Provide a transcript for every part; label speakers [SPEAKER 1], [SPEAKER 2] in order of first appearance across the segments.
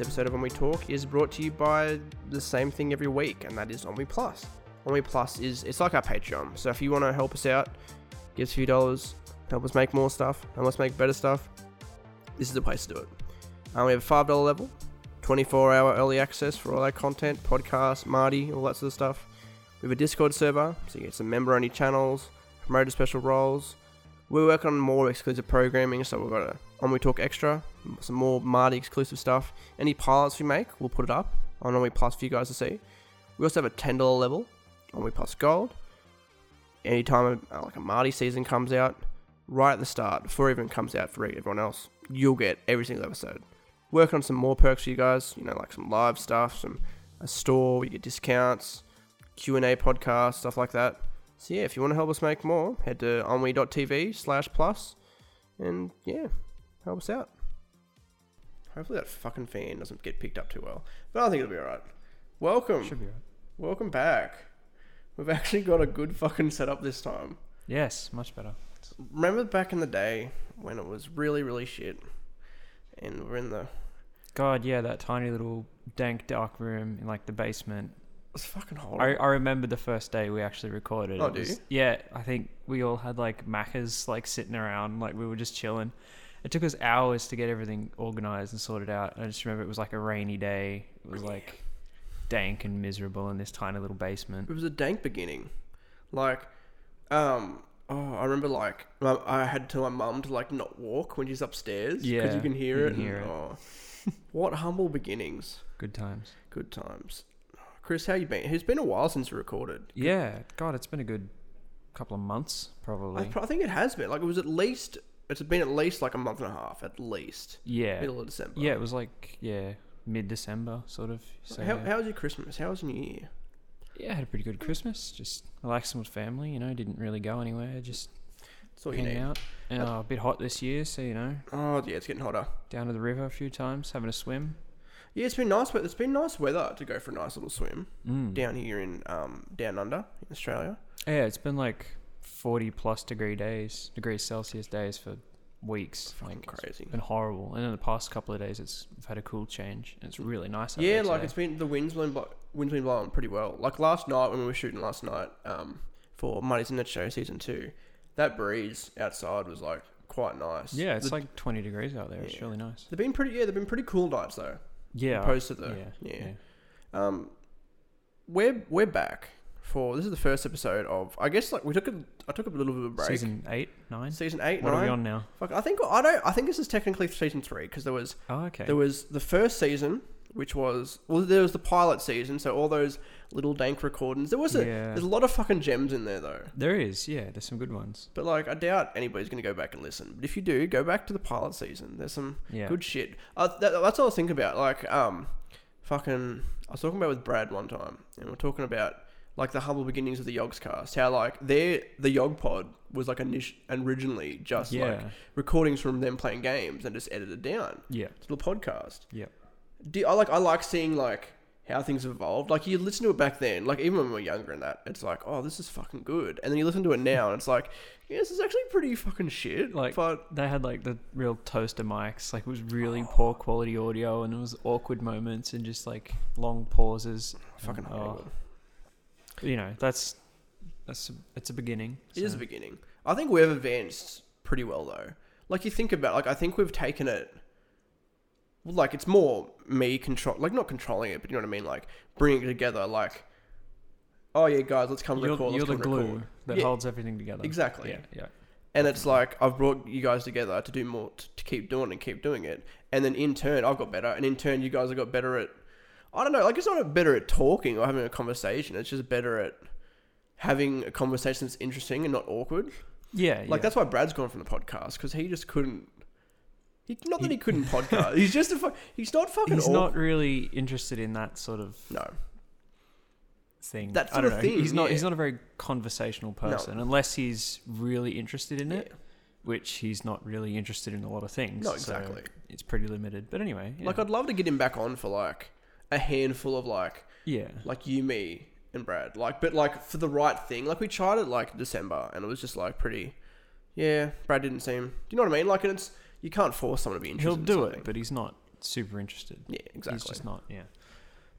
[SPEAKER 1] episode of When We Talk is brought to you by the same thing every week, and that is Omni Plus. Omni Plus is it's like our Patreon. So if you want to help us out, give us a few dollars, help us make more stuff, help us make better stuff. This is the place to do it. Um, we have a five dollar level, twenty four hour early access for all our content, podcasts, Marty, all that sort of stuff. We have a Discord server, so you get some member only channels, promoter special roles. We're working on more exclusive programming, so we've got a on We Talk Extra, some more Marty exclusive stuff. Any pilots we make, we'll put it up on On We Plus for you guys to see. We also have a ten dollar level, On We Plus Gold. Anytime uh, like a Marty season comes out, right at the start, before it even comes out for everyone else, you'll get every single episode. Working on some more perks for you guys, you know, like some live stuff, some a store, where you get discounts, Q and A podcast, stuff like that. So yeah, if you want to help us make more, head to onwe.tv slash plus and yeah, help us out. Hopefully that fucking fan doesn't get picked up too well. But I think it'll be alright. Welcome.
[SPEAKER 2] Should be right.
[SPEAKER 1] Welcome back. We've actually got a good fucking setup this time.
[SPEAKER 2] Yes, much better.
[SPEAKER 1] Remember back in the day when it was really, really shit? And we're in the. It
[SPEAKER 2] God, yeah, that tiny little dank dark room in like the basement.
[SPEAKER 1] was fucking
[SPEAKER 2] I,
[SPEAKER 1] horrible.
[SPEAKER 2] I remember the first day we actually recorded.
[SPEAKER 1] Oh,
[SPEAKER 2] It
[SPEAKER 1] do
[SPEAKER 2] was-
[SPEAKER 1] you?
[SPEAKER 2] Yeah, I think we all had like Maccas like sitting around, like we were just chilling. It took us hours to get everything organized and sorted out. And I just remember it was like a rainy day. It was like dank and miserable in this tiny little basement.
[SPEAKER 1] it was a dank beginning. Like, um. Oh, I remember like my- I had to tell my mum to like not walk when she's upstairs because
[SPEAKER 2] Yeah,
[SPEAKER 1] you can hear
[SPEAKER 2] you
[SPEAKER 1] it.
[SPEAKER 2] can hear
[SPEAKER 1] and,
[SPEAKER 2] it.
[SPEAKER 1] Oh, what humble beginnings,
[SPEAKER 2] Good times.
[SPEAKER 1] good times. Chris, how you been? It's been a while since we recorded.
[SPEAKER 2] Yeah, God, it's been a good couple of months
[SPEAKER 1] I,
[SPEAKER 2] probably.
[SPEAKER 1] pro- I think it has been. Like it was at least it's been at least like a month and a half at least.
[SPEAKER 2] yeah,
[SPEAKER 1] Middle of December.
[SPEAKER 2] yeah, it was like yeah, mid December sort of. So
[SPEAKER 1] how,
[SPEAKER 2] yeah.
[SPEAKER 1] how was your Christmas? How was your New Year?
[SPEAKER 2] Yeah, I had a pretty good Christmas. Just relaxing with family, you know. Didn't really go anywhere. Just
[SPEAKER 1] That's all you
[SPEAKER 2] hanging
[SPEAKER 1] need.
[SPEAKER 2] out. And, uh, a bit hot this year, so you know,
[SPEAKER 1] Oh yeah, it's getting hotter.
[SPEAKER 2] down to the river a few times, having a swim.
[SPEAKER 1] Yeah, it's been nice. But it's been nice weather to go for a nice little swim
[SPEAKER 2] Mm.
[SPEAKER 1] down here in um down under in Australia.
[SPEAKER 2] Yeah, it's been like forty plus degree days, degrees Celsius days for weeks.
[SPEAKER 1] Fucking
[SPEAKER 2] Like, it's
[SPEAKER 1] crazy.
[SPEAKER 2] been horrible. And in the past couple of days, it's we've had a cool change, and it's really nice. out
[SPEAKER 1] Yeah,
[SPEAKER 2] there
[SPEAKER 1] like
[SPEAKER 2] today.
[SPEAKER 1] it's been the wind's been blo- wind's been blowing pretty well. Like last night when we were shooting last night um for Money's in the Show season two, that breeze outside was like quite nice.
[SPEAKER 2] yeah, it's
[SPEAKER 1] The-
[SPEAKER 2] like twenty degrees out there. It's
[SPEAKER 1] Yeah.
[SPEAKER 2] really nice.
[SPEAKER 1] they've been pretty. Yeah, they've been pretty cool nights though.
[SPEAKER 2] Yeah,
[SPEAKER 1] Opposed to the
[SPEAKER 2] yeah,
[SPEAKER 1] yeah.
[SPEAKER 2] yeah.
[SPEAKER 1] Um, we're we're back for this is the first episode of I guess like we took a I took a little bit of a break.
[SPEAKER 2] Season eight, nine.
[SPEAKER 1] Season eight,
[SPEAKER 2] what
[SPEAKER 1] nine.
[SPEAKER 2] are we on now?
[SPEAKER 1] Fuck, I think I don't. I think this is technically season three because there was
[SPEAKER 2] Oh, okay.
[SPEAKER 1] there was the first season, which was well, there was the pilot season. So all those little dank recordings. There was a
[SPEAKER 2] Yeah.
[SPEAKER 1] there's a lot of fucking gems in there though.
[SPEAKER 2] there is, yeah. There's some good ones.
[SPEAKER 1] But like, I doubt anybody's gonna go back and listen. But if you do, go back to the pilot season. There's some
[SPEAKER 2] Yeah.
[SPEAKER 1] good shit. Uh, that, that's all I was thinking about. Like, um, fucking, I was talking about with Brad one time, and we are talking about like the humble beginnings of the Yogs cast. How like their the Yog Pod was like init- originally just like
[SPEAKER 2] Yeah.
[SPEAKER 1] recordings from them playing games and just edited down
[SPEAKER 2] Yeah.
[SPEAKER 1] to the podcast.
[SPEAKER 2] Yeah.
[SPEAKER 1] Do, I like I like seeing like how things have evolved. Like you listen to it back then, like even when we were younger and that, it's like, oh, this is fucking good. And then you listen to it now, and it's like, yeah, this is actually pretty fucking shit.
[SPEAKER 2] Like-
[SPEAKER 1] but
[SPEAKER 2] They had like the real toaster mics. Like it was
[SPEAKER 1] Oh.
[SPEAKER 2] really poor quality audio and it was awkward moments and just like long pauses.
[SPEAKER 1] fucking
[SPEAKER 2] Oh,
[SPEAKER 1] horrible.
[SPEAKER 2] You know, that's that's a, it's a beginning.
[SPEAKER 1] It is
[SPEAKER 2] so-
[SPEAKER 1] a beginning. I think we've advanced pretty well though. Like you think about, like I think we've taken it. well, Like it's more me control, like not controlling it, but you know what I mean. Like bringing it together. Like, oh yeah, guys, let's come
[SPEAKER 2] you're,
[SPEAKER 1] record.
[SPEAKER 2] you're
[SPEAKER 1] let's
[SPEAKER 2] the
[SPEAKER 1] come
[SPEAKER 2] glue
[SPEAKER 1] record.
[SPEAKER 2] that
[SPEAKER 1] Yeah.
[SPEAKER 2] holds everything together.
[SPEAKER 1] Exactly.
[SPEAKER 2] Yeah. Yeah.
[SPEAKER 1] And it's like I've brought you guys together to do more, to, to keep doing and keep doing it. And then in turn, I've got better, and in turn, you guys have got better at. I don't know, like it's not better at talking or having a conversation. It's just better at having a conversation that's interesting and not awkward.
[SPEAKER 2] Yeah.
[SPEAKER 1] Like
[SPEAKER 2] yeah.
[SPEAKER 1] that's why Brad's gone from the podcast because he just couldn't. He, not that
[SPEAKER 2] He-
[SPEAKER 1] he couldn't podcast. He's just a. Fu- he's not fucking.
[SPEAKER 2] He's
[SPEAKER 1] awk-
[SPEAKER 2] not really interested in that sort of
[SPEAKER 1] No,
[SPEAKER 2] thing.
[SPEAKER 1] That
[SPEAKER 2] I
[SPEAKER 1] sort
[SPEAKER 2] don't
[SPEAKER 1] of
[SPEAKER 2] know.
[SPEAKER 1] thing,
[SPEAKER 2] He's not.
[SPEAKER 1] yeah.
[SPEAKER 2] He's not a very conversational person unless he's really interested in it,
[SPEAKER 1] Yeah.
[SPEAKER 2] which he's not really interested in a lot of things.
[SPEAKER 1] No,
[SPEAKER 2] so
[SPEAKER 1] exactly.
[SPEAKER 2] it's pretty limited. But anyway, yeah.
[SPEAKER 1] Like I'd love to get him back on for like a handful of like
[SPEAKER 2] yeah.
[SPEAKER 1] like you, me, and Brad. Like, but like for the right thing. Like we tried it like December, and it was just like pretty. Yeah, Brad didn't seem. Do you know what I mean? Like, and it's you can't force someone to be interested.
[SPEAKER 2] He'll
[SPEAKER 1] in
[SPEAKER 2] do it,
[SPEAKER 1] something.
[SPEAKER 2] but he's not super interested.
[SPEAKER 1] Yeah, exactly.
[SPEAKER 2] He's just not. Yeah.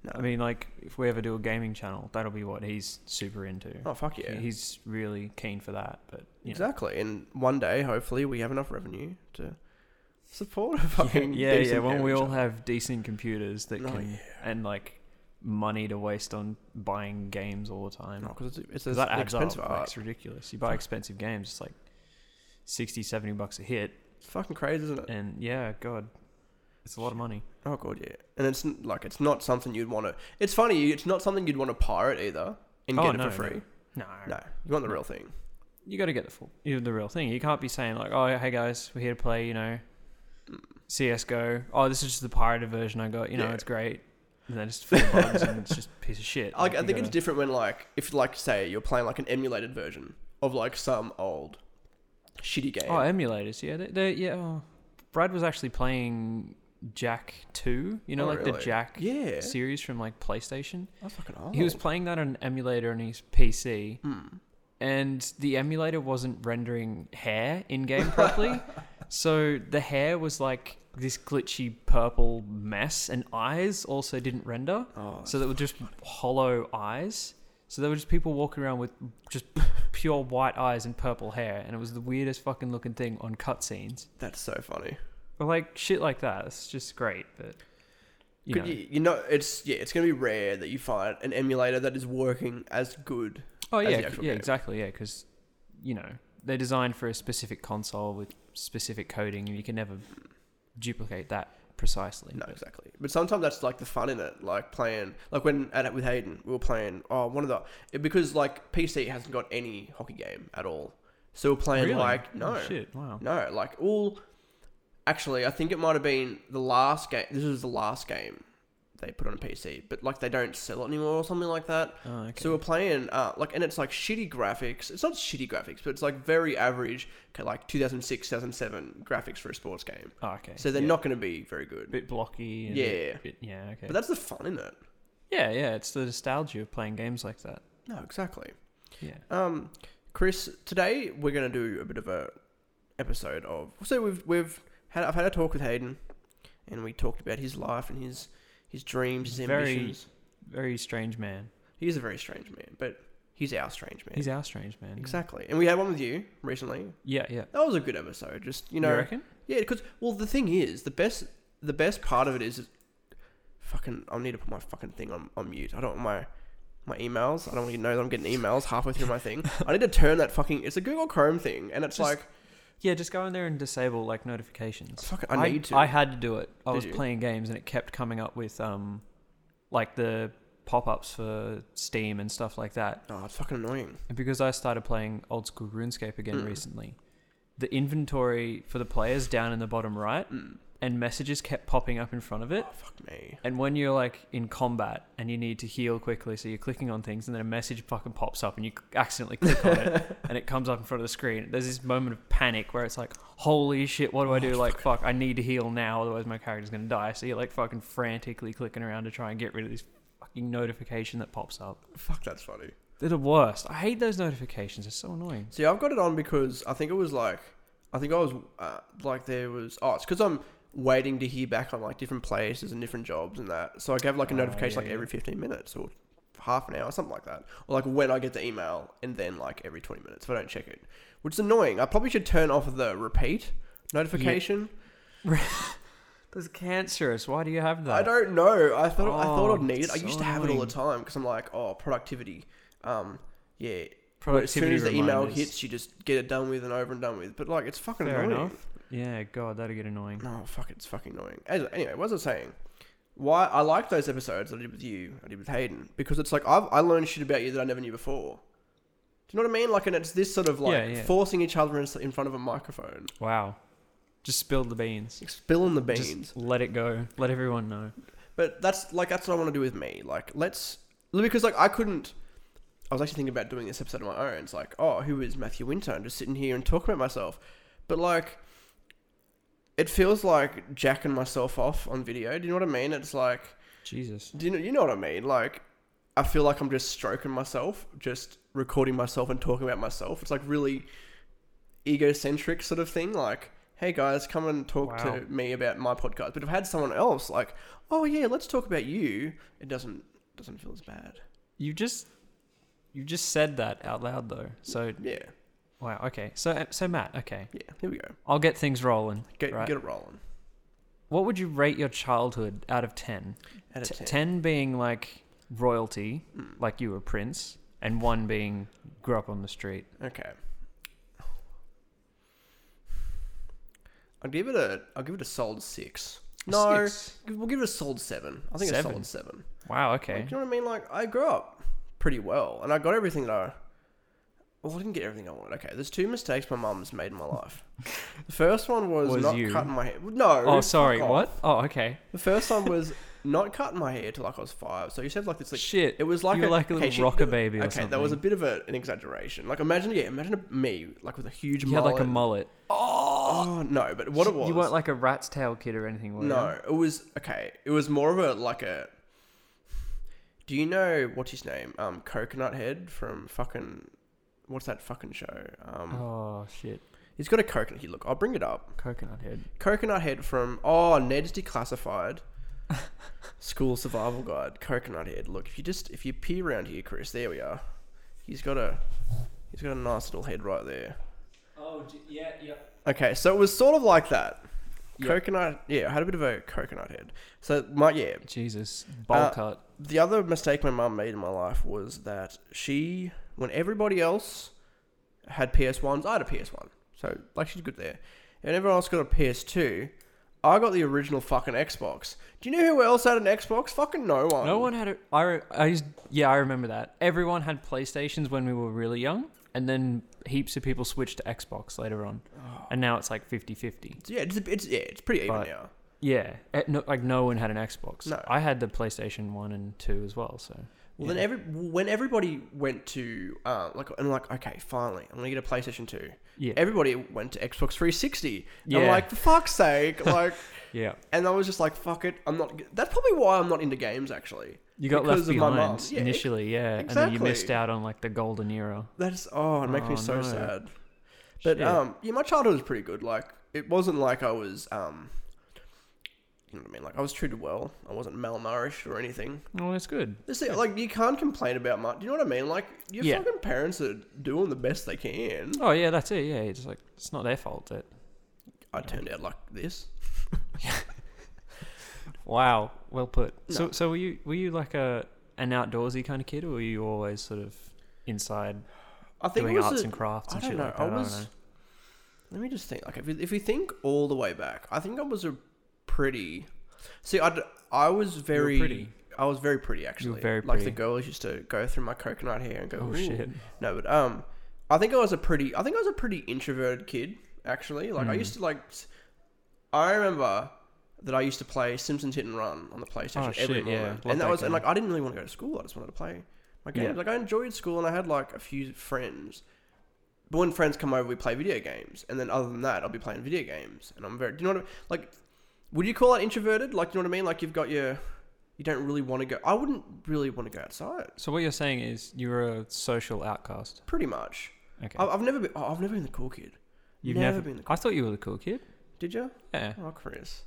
[SPEAKER 1] No.
[SPEAKER 2] I mean, like, if we ever do a gaming channel, that'll be what he's super into.
[SPEAKER 1] oh fuck
[SPEAKER 2] He-
[SPEAKER 1] yeah.
[SPEAKER 2] He's really keen for that. But you know.
[SPEAKER 1] Exactly. And one day, hopefully, we have enough revenue to support a fucking
[SPEAKER 2] yeah, yeah.
[SPEAKER 1] decent
[SPEAKER 2] When we
[SPEAKER 1] gaming
[SPEAKER 2] all
[SPEAKER 1] channel.
[SPEAKER 2] have decent computers that
[SPEAKER 1] Oh,
[SPEAKER 2] can and like money to waste on buying games all the time.
[SPEAKER 1] No, because it's,
[SPEAKER 2] 'Cause
[SPEAKER 1] it's
[SPEAKER 2] that
[SPEAKER 1] an
[SPEAKER 2] adds up.
[SPEAKER 1] expensive
[SPEAKER 2] Like,
[SPEAKER 1] art.
[SPEAKER 2] it's ridiculous. You buy expensive games, it's like 60, 70 bucks a hit,
[SPEAKER 1] It's fucking crazy, isn't it?
[SPEAKER 2] and yeah, god, it's a lot of money.
[SPEAKER 1] Oh god, yeah. And it's n- like it's not something you'd want to. It's funny. It's not something you'd want to pirate either and
[SPEAKER 2] Oh,
[SPEAKER 1] get it
[SPEAKER 2] no,
[SPEAKER 1] for free.
[SPEAKER 2] No,
[SPEAKER 1] No, you want the
[SPEAKER 2] No.
[SPEAKER 1] real thing.
[SPEAKER 2] you got to get the full, you know, the real thing. You can't be saying like, oh, hey guys, we're here to play, you know, CS:GO. Oh, this is just the pirated version I got. You know,
[SPEAKER 1] Mm. Yeah.
[SPEAKER 2] it's great. And then it's full of bugs and it's just a piece of shit.
[SPEAKER 1] Like, I
[SPEAKER 2] you
[SPEAKER 1] think it's
[SPEAKER 2] gotta-
[SPEAKER 1] different when like if like say you're playing like an emulated version of like some old shitty game.
[SPEAKER 2] Oh, emulators, yeah, they, they, yeah. Oh. Brad was actually playing Jack Two. You know,
[SPEAKER 1] Oh,
[SPEAKER 2] like the
[SPEAKER 1] really?
[SPEAKER 2] Jack
[SPEAKER 1] yeah,
[SPEAKER 2] series from like PlayStation.
[SPEAKER 1] that's fucking old.
[SPEAKER 2] He was playing that on an emulator on his PC,
[SPEAKER 1] Hmm.
[SPEAKER 2] and the emulator wasn't rendering hair in game properly. so the hair was like this glitchy purple mess, and eyes also didn't render.
[SPEAKER 1] Oh,
[SPEAKER 2] So they were just hollow eyes. So there were just people walking around with just pure white eyes and purple hair, and it was the weirdest fucking looking thing on cutscenes.
[SPEAKER 1] that's so funny.
[SPEAKER 2] But like shit like that, it's just great. But you
[SPEAKER 1] Could
[SPEAKER 2] know,
[SPEAKER 1] you, you know, it's yeah, it's gonna be rare that you find an emulator that is working as good.
[SPEAKER 2] oh
[SPEAKER 1] as the
[SPEAKER 2] yeah, c-
[SPEAKER 1] actual
[SPEAKER 2] yeah,
[SPEAKER 1] game.
[SPEAKER 2] exactly, yeah, because you know they're designed for a specific console with specific coding, and you can never duplicate that precisely.
[SPEAKER 1] No,
[SPEAKER 2] but-
[SPEAKER 1] exactly. But sometimes that's like the fun in it, like playing, like when at with Hayden, we were playing. Oh, one of the it- because like PC hasn't got any hockey game at all, so we're playing
[SPEAKER 2] Really?
[SPEAKER 1] like
[SPEAKER 2] Oh,
[SPEAKER 1] no,
[SPEAKER 2] shit, wow.
[SPEAKER 1] no, like all. Actually, I think it might have been the last game. This is the last game they put on a PC, but like they don't sell it anymore or something like that.
[SPEAKER 2] Oh, okay.
[SPEAKER 1] So we're playing uh, like, and it's like shitty graphics. It's not shitty graphics, but it's like very average, okay, like 2006, 2007 graphics for a sports game.
[SPEAKER 2] oh, okay.
[SPEAKER 1] So they're
[SPEAKER 2] yeah.
[SPEAKER 1] not going to be very
[SPEAKER 2] a
[SPEAKER 1] good.
[SPEAKER 2] bit blocky. And
[SPEAKER 1] yeah,
[SPEAKER 2] a bit- yeah, okay.
[SPEAKER 1] but that's the fun in it.
[SPEAKER 2] yeah, yeah, it's the nostalgia of playing games like that.
[SPEAKER 1] No, exactly.
[SPEAKER 2] Yeah.
[SPEAKER 1] Um, Chris, today we're going to do a bit of a episode of. So we've we've had I've had a talk with Hayden, and we talked about his life and his his dreams, his
[SPEAKER 2] Very-
[SPEAKER 1] ambitions.
[SPEAKER 2] Very strange man.
[SPEAKER 1] He is a very strange man, but he's our strange man.
[SPEAKER 2] He's our strange man. yeah.
[SPEAKER 1] exactly. And we had one with you recently.
[SPEAKER 2] Yeah, yeah.
[SPEAKER 1] That was a good episode. Just you know,
[SPEAKER 2] reckon?
[SPEAKER 1] Yeah, because well, the thing is, the best the best part of it is, fucking. I need to put my fucking thing on, on mute. I don't want my my emails. I don't want you to know that I'm getting emails halfway through my thing. I need to turn that fucking. It's a Google Chrome thing, and it's
[SPEAKER 2] Just-
[SPEAKER 1] like
[SPEAKER 2] Yeah, just go in there and disable like notifications.
[SPEAKER 1] fucking. I need to.
[SPEAKER 2] I had to do it. I
[SPEAKER 1] Did
[SPEAKER 2] was
[SPEAKER 1] you?
[SPEAKER 2] playing games and it kept coming up with um, like the pop-ups for Steam and stuff like that.
[SPEAKER 1] oh, it's fucking annoying.
[SPEAKER 2] And because I started playing old school RuneScape again
[SPEAKER 1] Mm.
[SPEAKER 2] recently, the inventory for the players down in the bottom right,
[SPEAKER 1] Mm.
[SPEAKER 2] and messages kept popping up in front of it.
[SPEAKER 1] Oh, fuck me.
[SPEAKER 2] And when you're like in combat and you need to heal quickly, so you're clicking on things, and then a message fucking pops up, and you accidentally click on it, and it comes up in front of the screen. There's this moment of panic where it's like, "Holy shit, what do
[SPEAKER 1] Oh,
[SPEAKER 2] I do?" Like, fuck, I need to heal now, otherwise my character's gonna die. So you're like fucking frantically clicking around to try and get rid of this fucking notification that pops up.
[SPEAKER 1] Fuck, that's funny.
[SPEAKER 2] They're the worst. I hate those notifications. They're so annoying.
[SPEAKER 1] See, I've got it on because I think it was like, I think I was uh, like there was. Oh, it's because I'm waiting to hear back on like different places and different jobs and that. So I gave like a
[SPEAKER 2] Oh,
[SPEAKER 1] notification
[SPEAKER 2] yeah,
[SPEAKER 1] like
[SPEAKER 2] yeah.
[SPEAKER 1] every 15 minutes or half an hour, something like that, or like when I get the email and then like every 20 minutes if I don't check it, which is annoying. I probably should turn off the repeat notification.
[SPEAKER 2] That's cancerous. Why do you have that?
[SPEAKER 1] I don't know. I thought I thought
[SPEAKER 2] Oh,
[SPEAKER 1] I'd need it. I
[SPEAKER 2] so
[SPEAKER 1] used to have it all the
[SPEAKER 2] annoying.
[SPEAKER 1] time because I'm like, oh, productivity. Um, yeah. As soon
[SPEAKER 2] Productivity
[SPEAKER 1] as the email
[SPEAKER 2] reminders.
[SPEAKER 1] hits, you just get it done with and over and done with. But like, it's fucking
[SPEAKER 2] Fair
[SPEAKER 1] annoying.
[SPEAKER 2] enough. Yeah, God, that'd get annoying.
[SPEAKER 1] No, fuck, it's fucking annoying. As- Anyway, what was I saying? Why I like those episodes that I did with you, I did with Hayden, because it's like I've, I learned shit about you that I never knew before. Do you know what I mean? Like, and it's this sort of like
[SPEAKER 2] Yeah, yeah.
[SPEAKER 1] forcing each other in, in front of a microphone,
[SPEAKER 2] Wow. Just spilled the beans.
[SPEAKER 1] spilling the beans.
[SPEAKER 2] Just let it go. Let everyone know.
[SPEAKER 1] But that's like that's what I want to do with me. Like, let's because like I couldn't. I was actually thinking about doing this episode on my own. It's like, oh, who is Matthew Winter? And just sitting here and talking about myself. But like, it feels like jacking myself off on video. Do you know what I mean? It's like.
[SPEAKER 2] Jesus.
[SPEAKER 1] Do you know, you know what I mean? Like, I feel like I'm just stroking myself, just recording myself and talking about myself. It's like really egocentric sort of thing. Like, hey guys, come and talk
[SPEAKER 2] Wow.
[SPEAKER 1] to me about my podcast. But if I had someone else like, oh yeah, let's talk about you, it doesn't doesn't feel as bad.
[SPEAKER 2] You just you just said that out loud though. So
[SPEAKER 1] Yeah,
[SPEAKER 2] wow, okay. So uh, so Matt, okay.
[SPEAKER 1] yeah. Here we go.
[SPEAKER 2] I'll get things rolling.
[SPEAKER 1] Get
[SPEAKER 2] Right.
[SPEAKER 1] get it rolling.
[SPEAKER 2] What would you rate your childhood out of 10?
[SPEAKER 1] Out of Hmm.
[SPEAKER 2] T-
[SPEAKER 1] 10.
[SPEAKER 2] 10 being like royalty, like you were prince, and 1 being grew up on the street.
[SPEAKER 1] Okay. I'll give it a I'll give it a solid six.
[SPEAKER 2] A
[SPEAKER 1] No,
[SPEAKER 2] six?
[SPEAKER 1] we'll give it a solid seven. I think
[SPEAKER 2] Seven.
[SPEAKER 1] a solid seven.
[SPEAKER 2] Wow,
[SPEAKER 1] Like,
[SPEAKER 2] okay.
[SPEAKER 1] do you know what I mean? Like I grew up pretty well, and I got everything that I. Well, I didn't get everything I wanted. Okay, there's two mistakes my mum's made in my life. The first one was,
[SPEAKER 2] Was
[SPEAKER 1] not
[SPEAKER 2] you.
[SPEAKER 1] cutting my hair. No.
[SPEAKER 2] Oh,
[SPEAKER 1] fuck
[SPEAKER 2] sorry.
[SPEAKER 1] off.
[SPEAKER 2] What? Oh, okay.
[SPEAKER 1] The first one was not cutting my hair till like I was five. So you said like this like
[SPEAKER 2] Shit.
[SPEAKER 1] it was like
[SPEAKER 2] you were
[SPEAKER 1] a,
[SPEAKER 2] like a
[SPEAKER 1] okay,
[SPEAKER 2] little
[SPEAKER 1] she-
[SPEAKER 2] rocker baby or
[SPEAKER 1] okay,
[SPEAKER 2] something.
[SPEAKER 1] that was a bit of a, an exaggeration. Like imagine, yeah, imagine a, me like with a huge
[SPEAKER 2] you had
[SPEAKER 1] mullet.
[SPEAKER 2] like a mullet.
[SPEAKER 1] Oh no, but what it was?
[SPEAKER 2] You weren't like a rat's tail kid or anything, were you?
[SPEAKER 1] no, it was okay. It was more of a like a. Do you know what's his name? Um, Coconut Head from fucking. What's that fucking show? Um,
[SPEAKER 2] Oh, shit.
[SPEAKER 1] he's got a coconut. He look, I'll bring it up.
[SPEAKER 2] Coconut head.
[SPEAKER 1] Coconut Head from oh Ned's Declassified School Survival Guide. Coconut Head. Look, if you just if you peer around here, Chris, there we are. He's got a he's got a nice little head right there.
[SPEAKER 2] Oh, yeah, yeah.
[SPEAKER 1] Okay, so it was sort of like that.
[SPEAKER 2] Yeah.
[SPEAKER 1] Coconut, yeah, I had a bit of a coconut head. So my yeah,
[SPEAKER 2] Jesus. Bowl
[SPEAKER 1] Uh,
[SPEAKER 2] cut.
[SPEAKER 1] the other mistake my mum made in my life was that she, when everybody else had PS1s, I had a PS1. So, like, she's good there. And everyone else got a PS2. I got the original fucking Xbox. Do you know who else had an Xbox? Fucking no one.
[SPEAKER 2] No one had a. I, re- I used, yeah, I remember that. Everyone had PlayStations when we were really young, and then heaps of people switched to Xbox later on. And now it's like 50 50.
[SPEAKER 1] Yeah, it's, it's, yeah, it's pretty even
[SPEAKER 2] But-
[SPEAKER 1] now.
[SPEAKER 2] Yeah. Eh, no- like no one had an Xbox.
[SPEAKER 1] No.
[SPEAKER 2] I had the PlayStation 1 and 2 as well, so.
[SPEAKER 1] Well, then every when everybody went to uh, like and like okay, finally, I'm gonna get a PlayStation Two.
[SPEAKER 2] Yeah.
[SPEAKER 1] Everybody went to Xbox 360. I'm
[SPEAKER 2] Yeah.
[SPEAKER 1] like, for fuck's sake, like,
[SPEAKER 2] Yeah.
[SPEAKER 1] and I was just like, fuck it, I'm not. That's probably why I'm not into games actually.
[SPEAKER 2] You got
[SPEAKER 1] Because
[SPEAKER 2] left
[SPEAKER 1] of my mum.
[SPEAKER 2] behind
[SPEAKER 1] Yeah,
[SPEAKER 2] initially, yeah. And then you
[SPEAKER 1] exactly.
[SPEAKER 2] missed out on like the golden era.
[SPEAKER 1] That's oh, it makes
[SPEAKER 2] Oh,
[SPEAKER 1] me so
[SPEAKER 2] no.
[SPEAKER 1] sad. But
[SPEAKER 2] Shit.
[SPEAKER 1] um, yeah, my childhood was pretty good. Like, it wasn't like I was um, you know what I mean. Like, I was treated well. I wasn't malnourished or anything.
[SPEAKER 2] Oh, that's good.
[SPEAKER 1] This thing, like you can't complain about much. Do you know what I mean? Like your
[SPEAKER 2] Yeah.
[SPEAKER 1] fucking parents are doing the best they can.
[SPEAKER 2] Oh, yeah, that's it. Yeah. It's like, it's not their fault. That,
[SPEAKER 1] I turned out like this.
[SPEAKER 2] wow. Well put. So,
[SPEAKER 1] No.
[SPEAKER 2] so were you, were you like a, an outdoorsy kind of kid, or were you always sort of inside
[SPEAKER 1] I think
[SPEAKER 2] doing
[SPEAKER 1] it was
[SPEAKER 2] arts
[SPEAKER 1] a-
[SPEAKER 2] and crafts
[SPEAKER 1] I
[SPEAKER 2] and
[SPEAKER 1] don't
[SPEAKER 2] shit
[SPEAKER 1] know.
[SPEAKER 2] like
[SPEAKER 1] I
[SPEAKER 2] that.
[SPEAKER 1] was.
[SPEAKER 2] I don't know.
[SPEAKER 1] Let me just think. Like if you, if you think all the way back, I think I was a pretty. See, I I was very
[SPEAKER 2] pretty.
[SPEAKER 1] I was very pretty actually.
[SPEAKER 2] very
[SPEAKER 1] Like the
[SPEAKER 2] pretty.
[SPEAKER 1] girls used to go through my coconut hair and go.
[SPEAKER 2] Oh
[SPEAKER 1] "Ooh."
[SPEAKER 2] shit!
[SPEAKER 1] No, but um, I think I was a pretty. I think I was a pretty introverted kid actually. Like
[SPEAKER 2] Mm.
[SPEAKER 1] I used to like. s- I remember that I used to play Simpsons Hit and Run on the PlayStation
[SPEAKER 2] Oh,
[SPEAKER 1] every
[SPEAKER 2] shit, yeah.
[SPEAKER 1] morning,
[SPEAKER 2] Love
[SPEAKER 1] and that
[SPEAKER 2] that
[SPEAKER 1] was and
[SPEAKER 2] game.
[SPEAKER 1] like I didn't really want to go to school. I just wanted to play my games.
[SPEAKER 2] Yeah.
[SPEAKER 1] Like I enjoyed school and I had like a few friends. But when friends come over, we play video games, and then other than that, I'll be playing video games, and I'm very. Do you know what I mean? Like, would you call that introverted? Like, you know what I mean? Like you've got your. You don't really want to go. I wouldn't really want to go outside.
[SPEAKER 2] So what you're saying is you were a social outcast.
[SPEAKER 1] Pretty much.
[SPEAKER 2] Okay.
[SPEAKER 1] I- I've never been. oh, I've never been the cool kid.
[SPEAKER 2] You've
[SPEAKER 1] never
[SPEAKER 2] never,
[SPEAKER 1] been the
[SPEAKER 2] I thought you were the cool kid.
[SPEAKER 1] Did you?
[SPEAKER 2] Yeah.
[SPEAKER 1] Oh, Chris.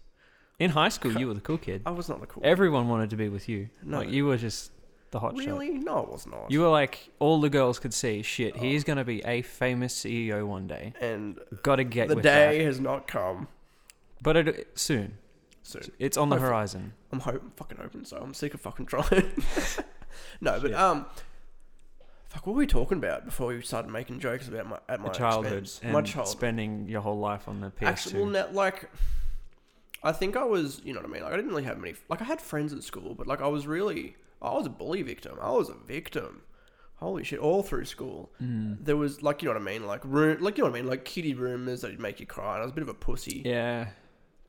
[SPEAKER 2] In high school, you were the cool kid.
[SPEAKER 1] I was not the cool.
[SPEAKER 2] Everyone wanted to be with you.
[SPEAKER 1] No.
[SPEAKER 2] Like you were just the hot shot.
[SPEAKER 1] really? No, I was not.
[SPEAKER 2] You were like all the girls could see. Shit, he's gonna be a famous CEO one day.
[SPEAKER 1] and
[SPEAKER 2] Gotta get
[SPEAKER 1] the
[SPEAKER 2] with
[SPEAKER 1] day has not come
[SPEAKER 2] that. But it, soon,
[SPEAKER 1] soon.
[SPEAKER 2] it's on the
[SPEAKER 1] Hopefully.
[SPEAKER 2] horizon.
[SPEAKER 1] I'm hope fucking hoping so. I'm sick of fucking trying. no, but um, fuck. What were we talking about before we started making jokes about my at my
[SPEAKER 2] Your childhood
[SPEAKER 1] expense?
[SPEAKER 2] and
[SPEAKER 1] My childhood.
[SPEAKER 2] spending your whole life on the PS2.
[SPEAKER 1] Actually, well, net like. I think I was, you know what I mean. Like I didn't really have many. Like I had friends at school, but like I was really, I was a bully victim. I was a victim. Holy shit! All through school, there was like, you know what I mean. Like room, like you know what I mean. Like kiddie rumors that'd make you cry. And I was a bit of a pussy.
[SPEAKER 2] Yeah.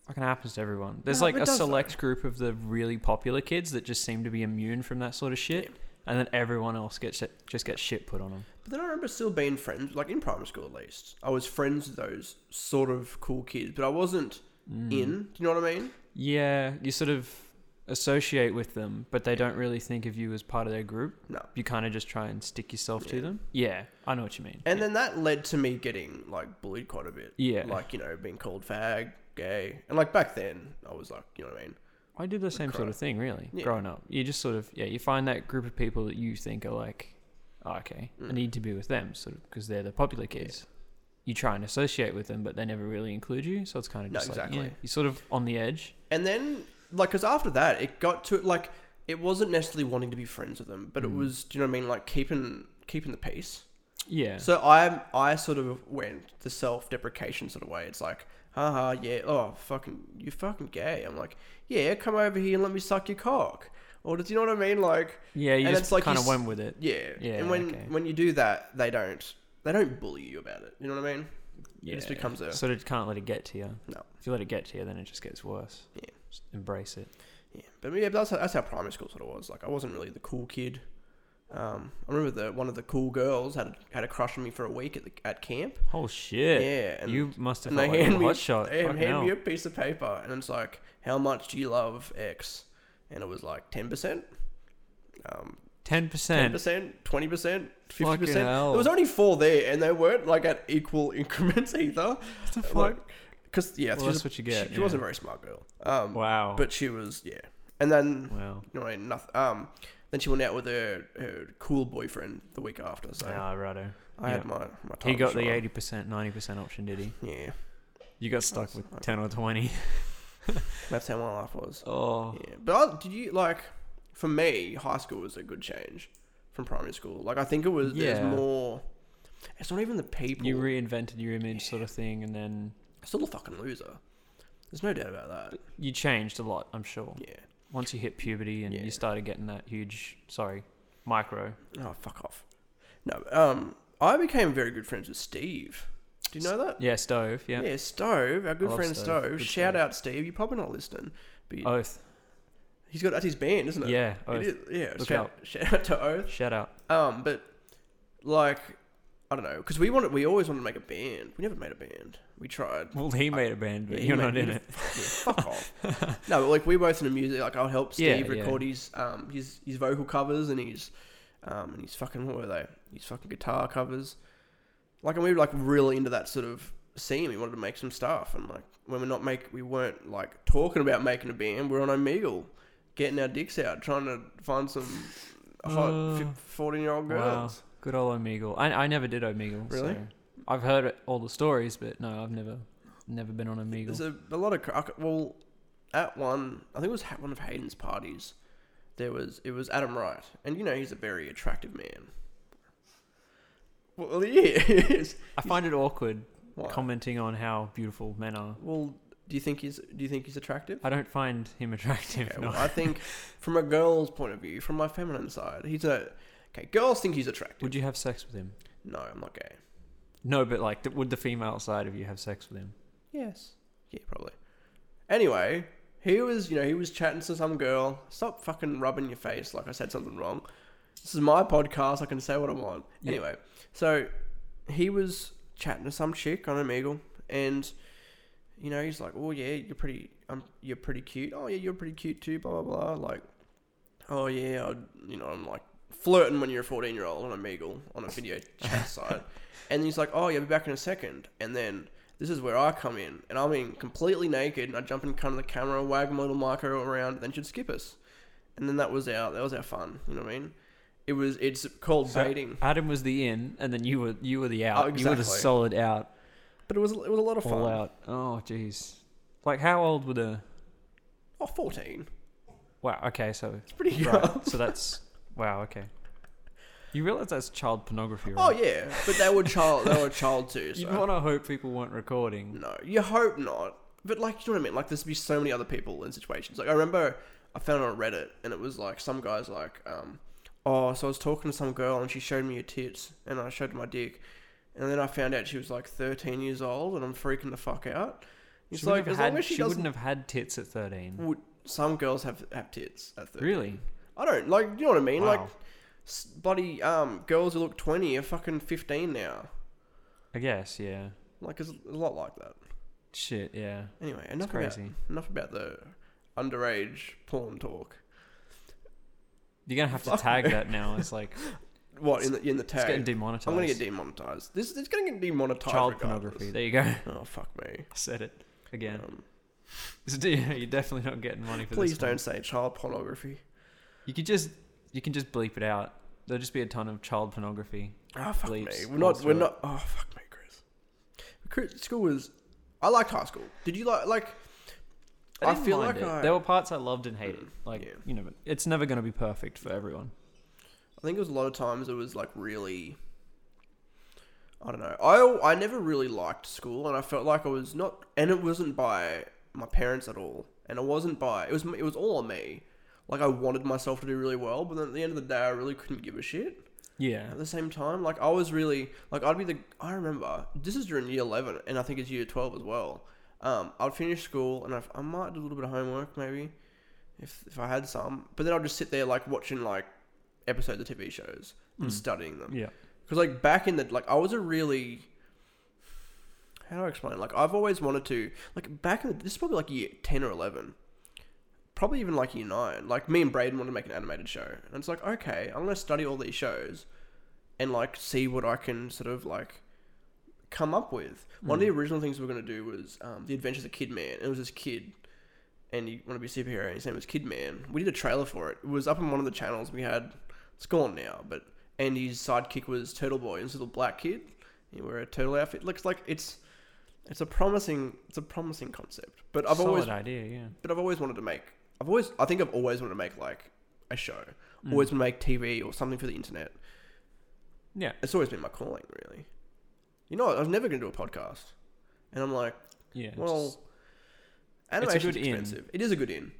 [SPEAKER 2] Fucking happens to everyone. There's
[SPEAKER 1] No,
[SPEAKER 2] like
[SPEAKER 1] it
[SPEAKER 2] a
[SPEAKER 1] does, though.
[SPEAKER 2] select group of the really popular kids that just seem to be immune from that sort of shit. And then everyone else gets it- just gets shit put on them.
[SPEAKER 1] But then I remember still being friends, like in primary school at least. I was friends with those
[SPEAKER 2] Mm.
[SPEAKER 1] sort of cool kids, but I wasn't in. Do you know what I mean?
[SPEAKER 2] Yeah, Hmm. you sort of associate with them, but they don't really think of you as part of their group.
[SPEAKER 1] No.
[SPEAKER 2] You kind of just try and stick yourself
[SPEAKER 1] Yeah.
[SPEAKER 2] to them. Yeah, I know what you mean.
[SPEAKER 1] And then that led to me getting like bullied quite a bit.
[SPEAKER 2] Yeah.
[SPEAKER 1] Like, you know, being called fag, gay. And like back then, I was like, you know what I mean?
[SPEAKER 2] I did the same sort of thing, really,
[SPEAKER 1] Yeah.
[SPEAKER 2] growing up. You just sort of, yeah, you find that group of people that you think are like, oh, okay,
[SPEAKER 1] Mm.
[SPEAKER 2] I need to be with them, sort of, because they're the popular kids. You try and associate with them, but they never really include you. So it's kind of
[SPEAKER 1] No,
[SPEAKER 2] just like, yeah,
[SPEAKER 1] exactly.
[SPEAKER 2] you're sort of on the edge.
[SPEAKER 1] And then, like, because after that, it got to like, it wasn't necessarily wanting to be friends with them, but
[SPEAKER 2] Mm.
[SPEAKER 1] it was, do you know what I mean? Like keeping keeping the peace.
[SPEAKER 2] Yeah.
[SPEAKER 1] So I I sort of went the self deprecation sort of way. It's like, haha, yeah, oh fucking, you fucking gay. I'm like, yeah, come over here and let me suck your cock. Or do you know what I mean? Like,
[SPEAKER 2] yeah, you
[SPEAKER 1] and
[SPEAKER 2] just
[SPEAKER 1] it's like you
[SPEAKER 2] kind of
[SPEAKER 1] s-
[SPEAKER 2] went with it.
[SPEAKER 1] yeah.
[SPEAKER 2] Yeah,
[SPEAKER 1] and when
[SPEAKER 2] okay.
[SPEAKER 1] when you do that, they don't they don't bully you about it. You know what I mean?
[SPEAKER 2] Yeah.
[SPEAKER 1] It just becomes a
[SPEAKER 2] sort of can't let it get to you.
[SPEAKER 1] No.
[SPEAKER 2] If you let it get to you, then it just gets worse.
[SPEAKER 1] Yeah.
[SPEAKER 2] Just embrace it.
[SPEAKER 1] Yeah, but yeah, that's how, that's how primary school sort of was. Like, I wasn't really the cool kid. Um, I remember the one of the cool girls had had a crush on me for a week at the, at camp.
[SPEAKER 2] Oh shit.
[SPEAKER 1] Yeah, and,
[SPEAKER 2] you must have
[SPEAKER 1] and they
[SPEAKER 2] felt like a
[SPEAKER 1] hand me
[SPEAKER 2] hot shot.
[SPEAKER 1] they
[SPEAKER 2] Fucking
[SPEAKER 1] hand me
[SPEAKER 2] hell.
[SPEAKER 1] a piece of paper, and it's like, "How much do you love X?" And it was like ten percent, um,
[SPEAKER 2] Ten
[SPEAKER 1] ten
[SPEAKER 2] percent.
[SPEAKER 1] percent, twenty percent, fifty
[SPEAKER 2] Fucking
[SPEAKER 1] percent.
[SPEAKER 2] hell.
[SPEAKER 1] There was only four there, and they weren't like at equal increments either.
[SPEAKER 2] What the
[SPEAKER 1] Like,
[SPEAKER 2] fuck?
[SPEAKER 1] because yeah, she's
[SPEAKER 2] Well, that's
[SPEAKER 1] a-
[SPEAKER 2] what you get,
[SPEAKER 1] She,
[SPEAKER 2] yeah.
[SPEAKER 1] wasn't a very smart girl. Um,
[SPEAKER 2] Wow.
[SPEAKER 1] but she was yeah. And then
[SPEAKER 2] wow.
[SPEAKER 1] you know, what I mean, nothing. Um, then she went out with her, her cool boyfriend the week after. So
[SPEAKER 2] Ah, righto.
[SPEAKER 1] I
[SPEAKER 2] yeah.
[SPEAKER 1] had my my time.
[SPEAKER 2] He got
[SPEAKER 1] shot.
[SPEAKER 2] the eighty percent, ninety percent option, did he?
[SPEAKER 1] Yeah,
[SPEAKER 2] You got stuck with ten or twenty.
[SPEAKER 1] that's how my life was.
[SPEAKER 2] Oh.
[SPEAKER 1] Yeah, but I, did you like? For me, high school was a good change from primary school. Like I think it was there's
[SPEAKER 2] Yeah.
[SPEAKER 1] more. It's not even the people.
[SPEAKER 2] You reinvented your image, sort of thing, and then
[SPEAKER 1] still a fucking loser. There's no doubt about that.
[SPEAKER 2] you changed a lot. I'm sure.
[SPEAKER 1] Yeah.
[SPEAKER 2] Once you hit puberty and
[SPEAKER 1] Yeah.
[SPEAKER 2] you started getting that huge, sorry, micro.
[SPEAKER 1] Oh fuck off. No. Um, I became very good friends with Steve. Do you know that?
[SPEAKER 2] Yeah, stove. Yeah.
[SPEAKER 1] Yeah, Stove, our good
[SPEAKER 2] love
[SPEAKER 1] friend
[SPEAKER 2] Stove.
[SPEAKER 1] Stove.
[SPEAKER 2] Good
[SPEAKER 1] Shout
[SPEAKER 2] Stove.
[SPEAKER 1] out Steve. You're probably not listening, but
[SPEAKER 2] Oath.
[SPEAKER 1] he's got that's his band, isn't it?
[SPEAKER 2] Yeah.
[SPEAKER 1] It
[SPEAKER 2] Oath.
[SPEAKER 1] is, yeah.
[SPEAKER 2] Look
[SPEAKER 1] shout, shout out to Oath.
[SPEAKER 2] Shout out.
[SPEAKER 1] Um, but like, I don't know, because we wanted, we always wanted to make a band. We never made a band. We tried.
[SPEAKER 2] Well, he made a band, but
[SPEAKER 1] Yeah, he
[SPEAKER 2] you're
[SPEAKER 1] made-
[SPEAKER 2] not in
[SPEAKER 1] he
[SPEAKER 2] it.
[SPEAKER 1] Yeah, fuck off. No, but like we both into music. Like I'll help
[SPEAKER 2] Yeah,
[SPEAKER 1] Steve
[SPEAKER 2] yeah.
[SPEAKER 1] record his um his his vocal covers and his um and his fucking what were they? His fucking guitar covers. Like and we were like really into that sort of scene. We wanted to make some stuff and like when we're not make we weren't like talking about making a band. We're on Omegle, getting our dicks out, trying to find some
[SPEAKER 2] Oh.
[SPEAKER 1] hot fourteen year old
[SPEAKER 2] Wow.
[SPEAKER 1] girls.
[SPEAKER 2] Good old Omegle. I, I never did Omegle.
[SPEAKER 1] Really?
[SPEAKER 2] So I've heard it- all the stories, but no, I've never never been on Omegle.
[SPEAKER 1] There's a, a lot of cr- I c- well, at one I think it was ha- one of Hayden's parties. There was it was Adam Wright, and you know he's a very attractive man. Well, yeah, he is.
[SPEAKER 2] I find it awkward
[SPEAKER 1] Why?
[SPEAKER 2] commenting on how beautiful men are.
[SPEAKER 1] well, do you think he's do you think he's attractive?
[SPEAKER 2] I don't find him attractive.
[SPEAKER 1] Okay,
[SPEAKER 2] no.
[SPEAKER 1] well, I think from a girl's point of view, from my feminine side, he's a okay. Girls think he's attractive.
[SPEAKER 2] Would you have sex with him?
[SPEAKER 1] No, I'm not gay.
[SPEAKER 2] No, but like, th- would the female side of you have sex with him?
[SPEAKER 1] Yes. Yeah, probably. Anyway, he was, you know, he was chatting to some girl. Stop fucking rubbing your face like I said something wrong. This is my podcast. I can say what I want.
[SPEAKER 2] Yeah.
[SPEAKER 1] Anyway, so he was chatting to some chick on Omegle, and you know, he's like, "Oh yeah, you're pretty. Um, you're pretty cute. Oh yeah, you're pretty cute too. Blah blah blah. Like, oh yeah, I, you know, I'm like flirting when you're a 14 year old on Omegle on a video chat site." And he's like, "Oh yeah, I'll be back in a second. And then this is where I come in, and I'm in completely naked, and I jump in front of the camera, wag my little micro around, and then she'd skip us. And then that was our that was our fun. You know what I mean? It was it's called
[SPEAKER 2] So-
[SPEAKER 1] baiting,
[SPEAKER 2] Adam was the in, and then you were you were the out.
[SPEAKER 1] Oh,
[SPEAKER 2] You were the
[SPEAKER 1] exactly.
[SPEAKER 2] solid out,
[SPEAKER 1] but it was it was a lot of
[SPEAKER 2] all
[SPEAKER 1] fun.
[SPEAKER 2] out. Oh, jeez. Like, how old were the?
[SPEAKER 1] Oh, 14.
[SPEAKER 2] Wow. Okay, so
[SPEAKER 1] It's pretty young.
[SPEAKER 2] right. so that's wow. Okay. You realize that's child pornography, right?
[SPEAKER 1] Oh yeah, but they were child. They were child too.
[SPEAKER 2] You'd
[SPEAKER 1] So.
[SPEAKER 2] want to hope people weren't recording.
[SPEAKER 1] no, you hope not. But like, you know what I mean? Like, there's be so many other people in situations. Like, I remember I found it on Reddit, and it was like some guys like, um, oh, so I was talking to some girl, and she showed me her tits, and I showed her my dick, and then I found out she was like 13 years old, and I'm freaking the fuck out. It's like
[SPEAKER 2] wouldn't have
[SPEAKER 1] as
[SPEAKER 2] had,
[SPEAKER 1] long as she,
[SPEAKER 2] wouldn't
[SPEAKER 1] doesn't.
[SPEAKER 2] have had tits at thirteen.
[SPEAKER 1] Would, some girls have have tits at 13.
[SPEAKER 2] Really?
[SPEAKER 1] I don't like. You know what I mean? Like,
[SPEAKER 2] Wow.
[SPEAKER 1] s- bloody um, girls who look 20 are fucking 15 now.
[SPEAKER 2] I guess. Yeah.
[SPEAKER 1] Like, it's a lot like that.
[SPEAKER 2] Shit. Yeah.
[SPEAKER 1] Anyway, enough
[SPEAKER 2] crazy.
[SPEAKER 1] about enough about the underage porn talk.
[SPEAKER 2] You're gonna have to
[SPEAKER 1] Fuck.
[SPEAKER 2] tag that now. It's like
[SPEAKER 1] What in the in the
[SPEAKER 2] it's
[SPEAKER 1] tag?
[SPEAKER 2] getting demonetized.
[SPEAKER 1] I'm gonna get demonetized. This it's gonna get demonetized.
[SPEAKER 2] Child
[SPEAKER 1] regardless.
[SPEAKER 2] pornography. There you go. I
[SPEAKER 1] Oh fuck me.
[SPEAKER 2] said it again.
[SPEAKER 1] Um,
[SPEAKER 2] So, do- You're definitely not getting money for this.
[SPEAKER 1] please
[SPEAKER 2] one.
[SPEAKER 1] don't say child pornography.
[SPEAKER 2] You could just you can just bleep it out. There'll just be a ton of child pornography.
[SPEAKER 1] Oh fuck
[SPEAKER 2] Bleeps
[SPEAKER 1] me. We're
[SPEAKER 2] all
[SPEAKER 1] not. We're
[SPEAKER 2] through
[SPEAKER 1] not. Oh fuck me, Chris. Chris. School was. I liked high school. Did you like like?
[SPEAKER 2] I,
[SPEAKER 1] I
[SPEAKER 2] didn't
[SPEAKER 1] feel
[SPEAKER 2] mind
[SPEAKER 1] like
[SPEAKER 2] it.
[SPEAKER 1] I-
[SPEAKER 2] there were parts I loved and hated. Like
[SPEAKER 1] Mm, yeah.
[SPEAKER 2] you know, but it's never going to be perfect for everyone.
[SPEAKER 1] I think it was a lot of times it was like really. I don't know. I I never really liked school, and I felt like I was not, and it wasn't by my parents at all, and it wasn't by it was it was all on me. Like I wanted myself to do really well, but then at the end of the day, I really couldn't give a shit.
[SPEAKER 2] Yeah,
[SPEAKER 1] At the same time, like I was really like I'd be the I remember this is during year eleven, and I think it's year twelve as well. Um, I'd finish school and i I might do a little bit of homework maybe, if if I had some, but then I'd just sit there like watching like episodes of TV shows and studying them.
[SPEAKER 2] yeah.
[SPEAKER 1] Because like back in the like I was a really how do I explain? Like I've always wanted to like back in the, this is probably like year ten or eleven, probably even like year nine. Like me and Braden wanted to make an animated show, and it's like okay, I'm gonna study all these shows, and like see what I can sort of like come up with. One of the original things we were gonna do was um, the Adventures of Kid Man. It was this kid. And he wanted to be a superhero, and his name was Kid Man. We did a trailer for it. It was up on one of the channels we had. It's gone now, but and his sidekick was Turtle Boy, and this little black kid. He wore a turtle outfit. Looks like it's it's a promising it's a promising concept. But I've
[SPEAKER 2] Solid
[SPEAKER 1] always
[SPEAKER 2] idea. Yeah,
[SPEAKER 1] but I've always wanted to make I've always I think I've always wanted to make like a show.
[SPEAKER 2] Mm.
[SPEAKER 1] Always wanted to make TV or something for the internet.
[SPEAKER 2] yeah.
[SPEAKER 1] It's always been my calling, really. You know, I was never going to do a podcast, and I'm like,
[SPEAKER 2] Yeah.
[SPEAKER 1] well,
[SPEAKER 2] just
[SPEAKER 1] animation's
[SPEAKER 2] good in.
[SPEAKER 1] expensive. It is a good in,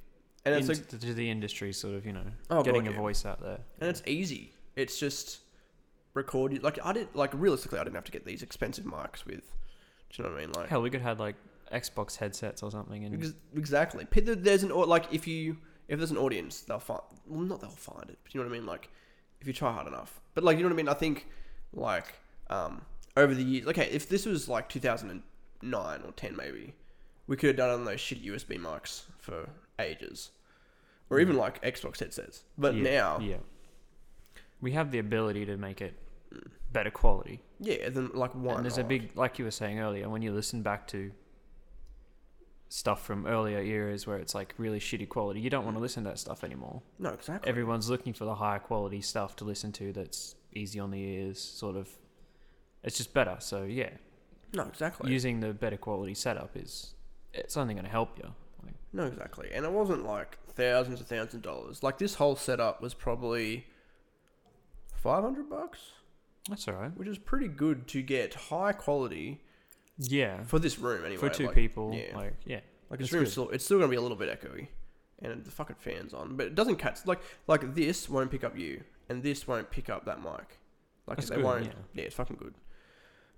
[SPEAKER 1] and it's like,
[SPEAKER 2] into to the industry, sort of. You know,
[SPEAKER 1] Oh,
[SPEAKER 2] getting
[SPEAKER 1] God,
[SPEAKER 2] a
[SPEAKER 1] yeah.
[SPEAKER 2] voice out there.
[SPEAKER 1] and it's easy. It's just record. you- Like I did. Like realistically, I didn't have to get these expensive mics with. Do you know what I mean? Like
[SPEAKER 2] Hell, we could have like Xbox headsets or something, and
[SPEAKER 1] Ex- Exactly. P- there- There's an au- like if you if there's an audience, they'll find. Well, not they'll find it. But you know what I mean. Like if you try hard enough. But like you know what I mean. I think like um over the years. Okay, if this was like 2009 or 10 maybe, we could have done it on those shitty USB mics for ages, or even like Xbox headsets. But
[SPEAKER 2] Mm. yeah,
[SPEAKER 1] now, yeah.
[SPEAKER 2] yeah, we have the ability to make it
[SPEAKER 1] Mm.
[SPEAKER 2] better quality.
[SPEAKER 1] then like one.
[SPEAKER 2] and there's a big, like you were saying earlier, when you listen back to stuff from earlier eras where it's like really shitty quality, you don't
[SPEAKER 1] Mm.
[SPEAKER 2] want to listen to that stuff anymore.
[SPEAKER 1] no exactly.
[SPEAKER 2] Everyone's looking for the higher quality stuff to listen to that's easy on the ears, sort of. It's just better. So yeah,
[SPEAKER 1] no exactly.
[SPEAKER 2] using the better quality setup is it's only going to help you. Like,
[SPEAKER 1] No, exactly. And it wasn't like thousands and thousands of dollars. Like this whole setup was probably five hundred bucks,
[SPEAKER 2] that's all right.
[SPEAKER 1] which is pretty good to get high quality
[SPEAKER 2] Yeah,
[SPEAKER 1] for this room anyway.
[SPEAKER 2] for two
[SPEAKER 1] like-
[SPEAKER 2] people,
[SPEAKER 1] yeah.
[SPEAKER 2] like yeah,
[SPEAKER 1] Like this
[SPEAKER 2] that's
[SPEAKER 1] room's
[SPEAKER 2] good.
[SPEAKER 1] still it's still gonna be a little bit echoey, and the fucking fans on, but it doesn't catch like like this won't pick up you, and this won't pick up that mic. Like
[SPEAKER 2] That's
[SPEAKER 1] they
[SPEAKER 2] good,
[SPEAKER 1] won't.
[SPEAKER 2] yeah.
[SPEAKER 1] Yeah. it's fucking good.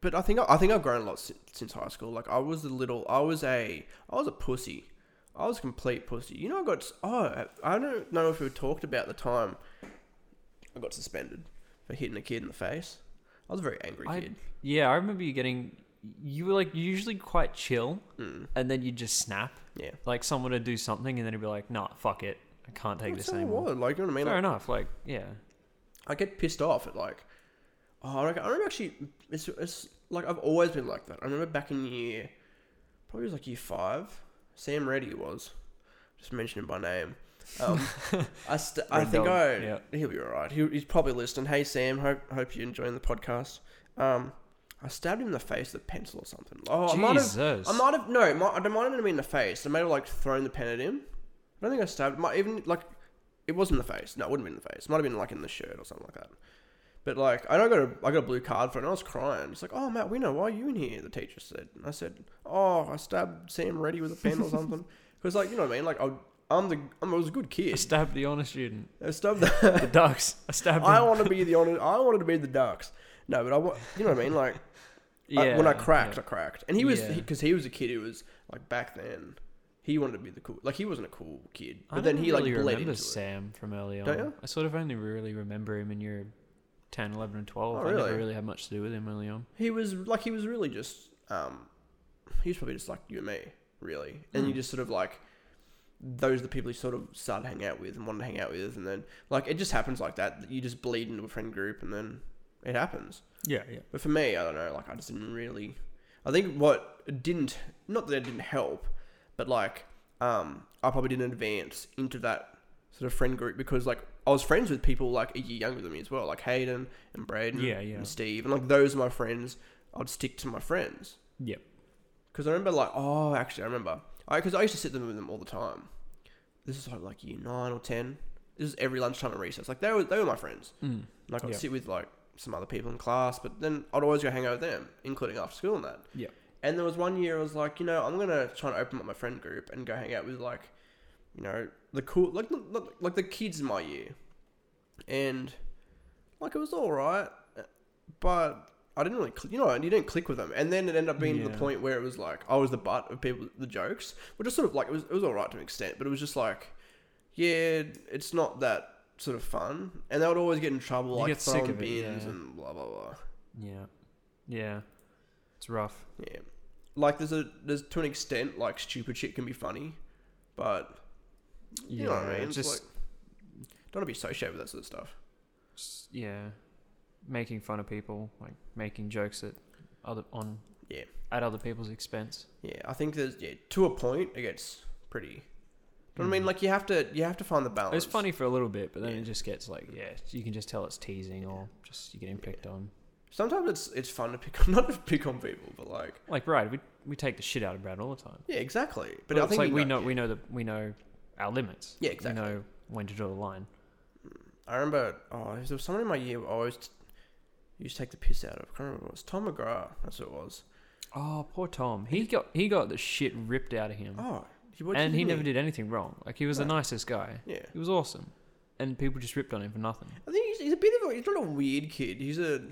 [SPEAKER 1] But I think I think I've grown a lot since, since high school. Like I was a little, I was a, I was a pussy. I was a complete pussy. You know, I got s- oh, I don't know if we talked about the time I got suspended for hitting a kid in the face. I was a very angry
[SPEAKER 2] I-
[SPEAKER 1] kid.
[SPEAKER 2] yeah. I remember you getting. You were like usually quite chill,
[SPEAKER 1] Mm,
[SPEAKER 2] and then you just snap.
[SPEAKER 1] yeah,
[SPEAKER 2] like someone to do something and then he'd be like, nah, fuck it. I can't take
[SPEAKER 1] That's
[SPEAKER 2] this
[SPEAKER 1] all it
[SPEAKER 2] anymore.
[SPEAKER 1] was, Like you know what I mean?
[SPEAKER 2] Fair
[SPEAKER 1] Like,
[SPEAKER 2] enough. Like, yeah.
[SPEAKER 1] I get pissed off at like, oh, I reckon- I remember actually, it's, it's like I've always been like that. I remember back in year, probably it was like year five, Sam Reddy was, just mention him by name. Um, I, st- I
[SPEAKER 2] Red
[SPEAKER 1] think
[SPEAKER 2] dog,
[SPEAKER 1] I,
[SPEAKER 2] yeah.
[SPEAKER 1] he'll be all right. He, he's probably listening. Hey, Sam, hope, hope you're enjoying the podcast. Um, I stabbed him in the face with a pencil or something. Oh, I might have
[SPEAKER 2] Jesus.
[SPEAKER 1] I might have no. it might- I don't mind him in the face. I might have like thrown the pen at him. I don't think I stabbed. Might even like it was in the face. No, it wouldn't have been in the face. It might have been like in the shirt or something like that. But like I don't got a I got a blue card for it. and I was crying. It's like, oh Matt Winner, why are you in here? The teacher said. And I said, oh, I stabbed Sam Reddy with a pen or something. Because like you know what I mean. Like I, I'm the I'm, I was a good
[SPEAKER 2] I
[SPEAKER 1] kid.
[SPEAKER 2] stabbed the honor student.
[SPEAKER 1] I stabbed the
[SPEAKER 2] The ducks. I stabbed
[SPEAKER 1] I
[SPEAKER 2] him.
[SPEAKER 1] want to be the honor. I wanted to be the ducks. No, but I want. You know what I mean? Like I- when I Uh, cracked, I cracked. And he was
[SPEAKER 2] Yeah.
[SPEAKER 1] because he, was a kid who was like back then. He wanted to be the cool. Like he wasn't a cool kid,
[SPEAKER 2] I
[SPEAKER 1] but then
[SPEAKER 2] don't
[SPEAKER 1] he
[SPEAKER 2] really
[SPEAKER 1] like bled
[SPEAKER 2] remember
[SPEAKER 1] into it.
[SPEAKER 2] Sam from early on.
[SPEAKER 1] Don't you?
[SPEAKER 2] I sort of only really remember him in year 10, 11, and 12.
[SPEAKER 1] Oh,
[SPEAKER 2] I
[SPEAKER 1] really?
[SPEAKER 2] never really had much to do with him early on.
[SPEAKER 1] He was like he was really just um, he was probably just like you and me. really. And
[SPEAKER 2] Hmm.
[SPEAKER 1] you just sort of like those are the people you sort of start to hang out with and want to hang out with, and then like it just happens like that. You just bleed into a friend group, and then it happens.
[SPEAKER 3] Yeah, yeah.
[SPEAKER 1] But for me, I don't know. Like I just didn't really. I think what didn't not that it didn't help, but like um, I probably didn't advance into that sort of friend group because like I was friends with people like a year younger than me as well, like Hayden and Braden,
[SPEAKER 2] Yeah, yeah.
[SPEAKER 1] and Steve, and like those are my friends. I'd stick to my friends.
[SPEAKER 3] Yep.
[SPEAKER 1] Because I remember, like, oh, actually, I remember. Because I, used to sit them with them all the time. This is like, like year nine or ten. This is every lunchtime at recess. Like, they were, they were my friends.
[SPEAKER 2] Mm.
[SPEAKER 1] Like, I'd
[SPEAKER 3] Yeah.
[SPEAKER 1] sit with, like, some other people in class, but then I'd always go hang out with them, including after school and that.
[SPEAKER 3] Yeah.
[SPEAKER 1] And there was one year I was like, you know, I'm going to try and open up my friend group and go hang out with, like, you know, the cool, like, the- like, like the kids in my year. And, like, it was all right, but I didn't really, cl- you know, you didn't click with them. And then it ended up being to the
[SPEAKER 2] Yeah.
[SPEAKER 1] point where it was like, I was the butt of people, the jokes, which is sort of like, it was, it was all right to an extent, but it was just like, yeah, it's not that sort of fun. And they would always get in trouble,
[SPEAKER 2] You
[SPEAKER 1] like,
[SPEAKER 2] get sick
[SPEAKER 1] throwing
[SPEAKER 2] of it,
[SPEAKER 1] bins
[SPEAKER 2] yeah.
[SPEAKER 1] and blah, blah, blah.
[SPEAKER 2] Yeah. Yeah. It's rough.
[SPEAKER 1] Yeah, like there's a there's to an extent like stupid shit can be funny, but you know what I
[SPEAKER 2] Yeah,
[SPEAKER 1] mean. It's
[SPEAKER 2] just-
[SPEAKER 1] like don't wanna be associated with that sort of stuff.
[SPEAKER 2] Just, yeah. Making fun of people, like making jokes at other on
[SPEAKER 1] Yeah.
[SPEAKER 2] at other people's expense.
[SPEAKER 1] Yeah, I think there's yeah to a point it gets pretty. Do you know what I mean? Like you have to you have to find the balance.
[SPEAKER 2] Mm-hmm. It's funny for a little bit, but then
[SPEAKER 1] Oh, Yeah.
[SPEAKER 2] it just gets like, yeah, you can just tell it's teasing or just you're getting picked on.
[SPEAKER 1] Sometimes it's it's fun to pick on not to pick on people, but like
[SPEAKER 2] Like, right, we we take the shit out of Brad all the time.
[SPEAKER 1] yeah, exactly. But
[SPEAKER 2] But
[SPEAKER 1] I
[SPEAKER 2] it's
[SPEAKER 1] think
[SPEAKER 2] like
[SPEAKER 1] you
[SPEAKER 2] we know we know that we know our limits.
[SPEAKER 1] Yeah, exactly.
[SPEAKER 2] We know when to draw the line.
[SPEAKER 1] I remember oh there was someone in my year who I always t- used to take the piss out of. I can't remember what it was. Tom McGrath. That's what it was.
[SPEAKER 2] Oh, poor Tom. He got he got the shit ripped out of him.
[SPEAKER 1] Oh, he what
[SPEAKER 2] Mm-hmm. and he
[SPEAKER 1] didn't
[SPEAKER 2] never did anything wrong. Like he was the
[SPEAKER 1] No.
[SPEAKER 2] nicest guy.
[SPEAKER 1] Yeah.
[SPEAKER 2] He was awesome. And people just ripped on him for nothing.
[SPEAKER 1] I think he's, he's a bit of a. He's not a weird kid. He's a.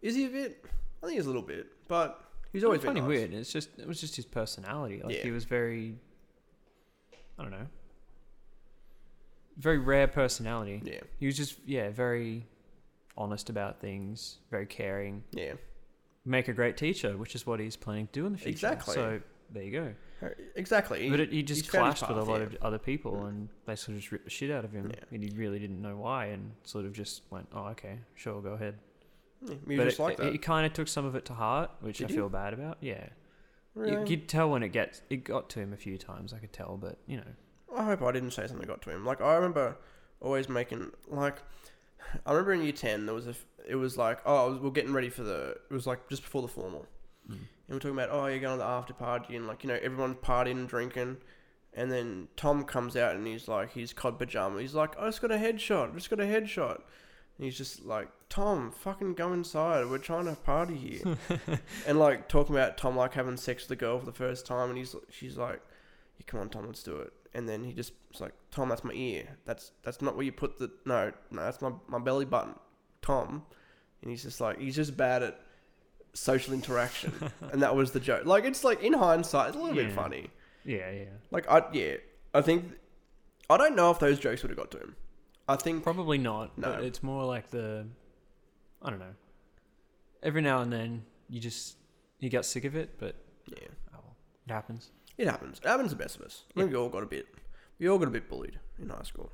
[SPEAKER 1] Is he a bit? I think he's a little bit, but he's always
[SPEAKER 2] it's funny
[SPEAKER 1] been nice.
[SPEAKER 2] weird. It's just it was just his personality. Like
[SPEAKER 1] Yeah.
[SPEAKER 2] he was very I don't know. Very rare personality.
[SPEAKER 1] Yeah,
[SPEAKER 2] He was just yeah, very honest about things, very caring.
[SPEAKER 1] yeah,
[SPEAKER 2] Make a great teacher, which is what he's planning to do in the future.
[SPEAKER 1] Exactly.
[SPEAKER 2] So there you go.
[SPEAKER 1] Uh, exactly.
[SPEAKER 2] but it, he just
[SPEAKER 1] he's found his
[SPEAKER 2] clashed with a
[SPEAKER 1] path,
[SPEAKER 2] lot
[SPEAKER 1] yeah.
[SPEAKER 2] of other people,
[SPEAKER 1] Mm.
[SPEAKER 2] and they sort of just ripped the shit out of him,
[SPEAKER 1] Yeah.
[SPEAKER 2] and he really didn't know why, and sort of just went, "Oh, okay, sure, go ahead."
[SPEAKER 1] Yeah, he was
[SPEAKER 2] but
[SPEAKER 1] just
[SPEAKER 2] it,
[SPEAKER 1] like that.
[SPEAKER 2] kind of took some of it to heart, which
[SPEAKER 1] Did
[SPEAKER 2] I
[SPEAKER 1] he?
[SPEAKER 2] feel bad about. Yeah,
[SPEAKER 1] Really?
[SPEAKER 2] you could tell when it gets it got to him a few times. I could tell, but you know,
[SPEAKER 1] I hope I didn't say something got to him. Like I remember always making like I remember in year ten there was a f- it was like oh I was, we're getting ready for the it was like just before the formal,
[SPEAKER 2] Mm.
[SPEAKER 1] and we're talking about oh you're going to the after party and like you know everyone's partying and drinking, and then Tom comes out and he's like he's cod pajama he's like I just got a headshot I just got a headshot, and he's just like Tom fucking go inside we're trying to party here, and like talking about Tom like having sex with a girl for the first time and he's she's like yeah, come on, Tom, let's do it. And then he just was like, Tom, that's my ear. That's that's not where you put the no, no, that's my, my belly button, Tom. And he's just like he's just bad at social interaction, and that was the joke. Like it's like in hindsight, it's a little bit
[SPEAKER 2] Yeah.
[SPEAKER 1] funny.
[SPEAKER 2] yeah, yeah,
[SPEAKER 1] Like I yeah, I think I don't know if those jokes would have got to him. I think
[SPEAKER 2] probably not.
[SPEAKER 1] No.
[SPEAKER 2] But it's more like the, I don't know. Every now and then, you just you get sick of it, but
[SPEAKER 1] yeah,
[SPEAKER 2] oh, well, it happens.
[SPEAKER 1] it happens. It happens to the best of us. I think we all got a bit, we all got a bit bullied in high school.